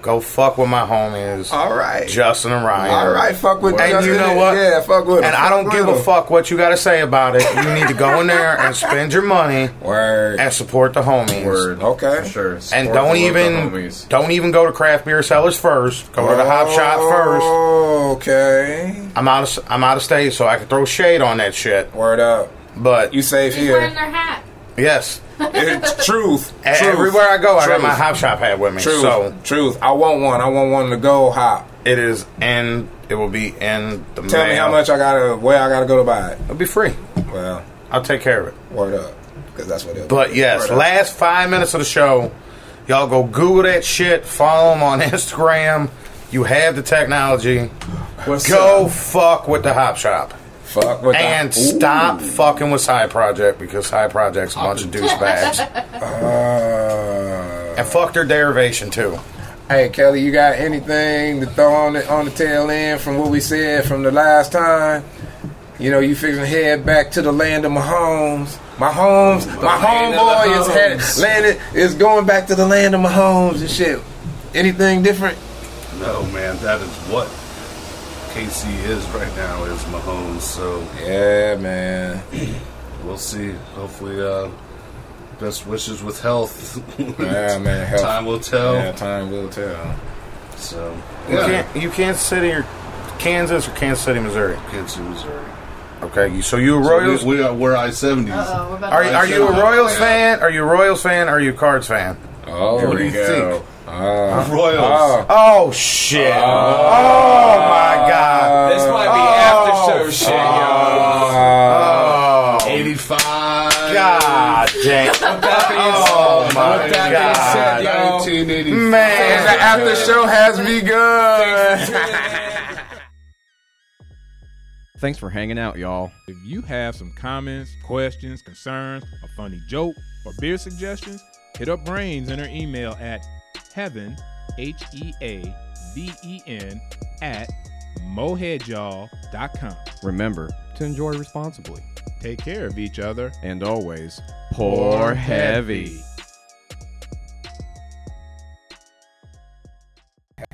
Speaker 7: Go fuck with my homies,
Speaker 3: All right.
Speaker 7: Justin and Ryan.
Speaker 3: All right, fuck with
Speaker 7: And
Speaker 3: Justin.
Speaker 7: you know what?
Speaker 3: Yeah, fuck with him.
Speaker 7: And I don't
Speaker 3: Fuck
Speaker 7: give
Speaker 3: with
Speaker 7: a
Speaker 3: him.
Speaker 7: fuck what you got to say about it. You need to go in there and spend your money
Speaker 3: Word.
Speaker 7: and support the homies.
Speaker 4: Word.
Speaker 3: Okay.
Speaker 4: For sure.
Speaker 7: And
Speaker 4: Support
Speaker 7: don't
Speaker 4: the local
Speaker 7: even
Speaker 4: homies.
Speaker 7: don't even go to craft beer sellers first. Go to the hop shop first.
Speaker 3: Oh, Okay.
Speaker 7: I'm out of I'm out of state, so I can throw shade on that shit.
Speaker 3: Word up.
Speaker 7: But
Speaker 3: You safe
Speaker 5: He's wearing
Speaker 3: here.
Speaker 5: their hat.
Speaker 7: yes,
Speaker 3: It's truth.
Speaker 7: e-
Speaker 3: Truth.
Speaker 7: everywhere I go, I got
Speaker 3: Truth.
Speaker 7: my hop shop hat with me.
Speaker 3: Truth.
Speaker 7: So
Speaker 3: truth. I want one. I want one to go hop.
Speaker 7: it is in. It will be in the.
Speaker 3: Tell me
Speaker 7: mail.
Speaker 3: how much I gotta, where I gotta go to buy it.
Speaker 7: It'll be free.
Speaker 3: Well,
Speaker 7: I'll take care of it.
Speaker 3: word up, because that's what it.
Speaker 7: But yes,
Speaker 3: word up.
Speaker 7: last five minutes of the show, y'all go Google that shit. Follow them on Instagram. You have the technology.
Speaker 4: What's
Speaker 7: Go
Speaker 4: up?
Speaker 7: fuck with the hop shop.
Speaker 3: fuck with
Speaker 7: And
Speaker 3: the,
Speaker 7: stop fucking with Side Project because Side Project's a bunch of douchebags.
Speaker 3: Uh,
Speaker 7: and fuck their derivation too.
Speaker 3: hey Kelly, you got anything to throw on the on the tail end from what we said from the last time? You know, you fixing to head back to the land of Mahomes. Mahomes, my
Speaker 4: land of the
Speaker 3: homeboy is headed,
Speaker 4: homes.
Speaker 3: landed, is going back to the land of Mahomes and shit. Anything different?
Speaker 6: No, man, that is what KC is right now is Mahomes. So
Speaker 3: Yeah, man.
Speaker 6: we'll see. Hopefully, uh, best wishes with health.
Speaker 3: Yeah, man. Health.
Speaker 6: Time will tell.
Speaker 3: Yeah, time will tell.
Speaker 6: So
Speaker 7: You
Speaker 6: yeah,
Speaker 7: can't you Kansas City or Kansas or Kansas City, Missouri.
Speaker 6: Kansas, Missouri.
Speaker 7: Okay, you, so you a
Speaker 6: So
Speaker 7: Royals?
Speaker 6: we, we are we're I seventies.
Speaker 5: Uh oh, we're about
Speaker 7: are,
Speaker 5: to.
Speaker 7: are you a Royals fan? Are you a Royals fan? Are you a Cards fan?
Speaker 3: Oh,
Speaker 6: What do you think?
Speaker 3: Ah.
Speaker 6: Royals.
Speaker 3: Ah.
Speaker 7: Oh shit!
Speaker 6: Uh,
Speaker 7: Oh, my god!
Speaker 4: This might be after show shit, yo.
Speaker 7: Oh
Speaker 6: Eighty five.
Speaker 7: god! Damn. Oh my
Speaker 6: With that
Speaker 7: god!
Speaker 6: being said, nineteen eighty five.
Speaker 3: and the
Speaker 7: Man,
Speaker 3: after show has begun.
Speaker 2: Thanks for hanging out, y'all.
Speaker 1: If you have some comments, questions, concerns, a funny joke, or beer suggestions, hit up Brains in her email at heaven, H E A V E N, at moheadyall.com.
Speaker 2: Remember to enjoy responsibly
Speaker 1: Take care of each other.
Speaker 2: and always pour heavy.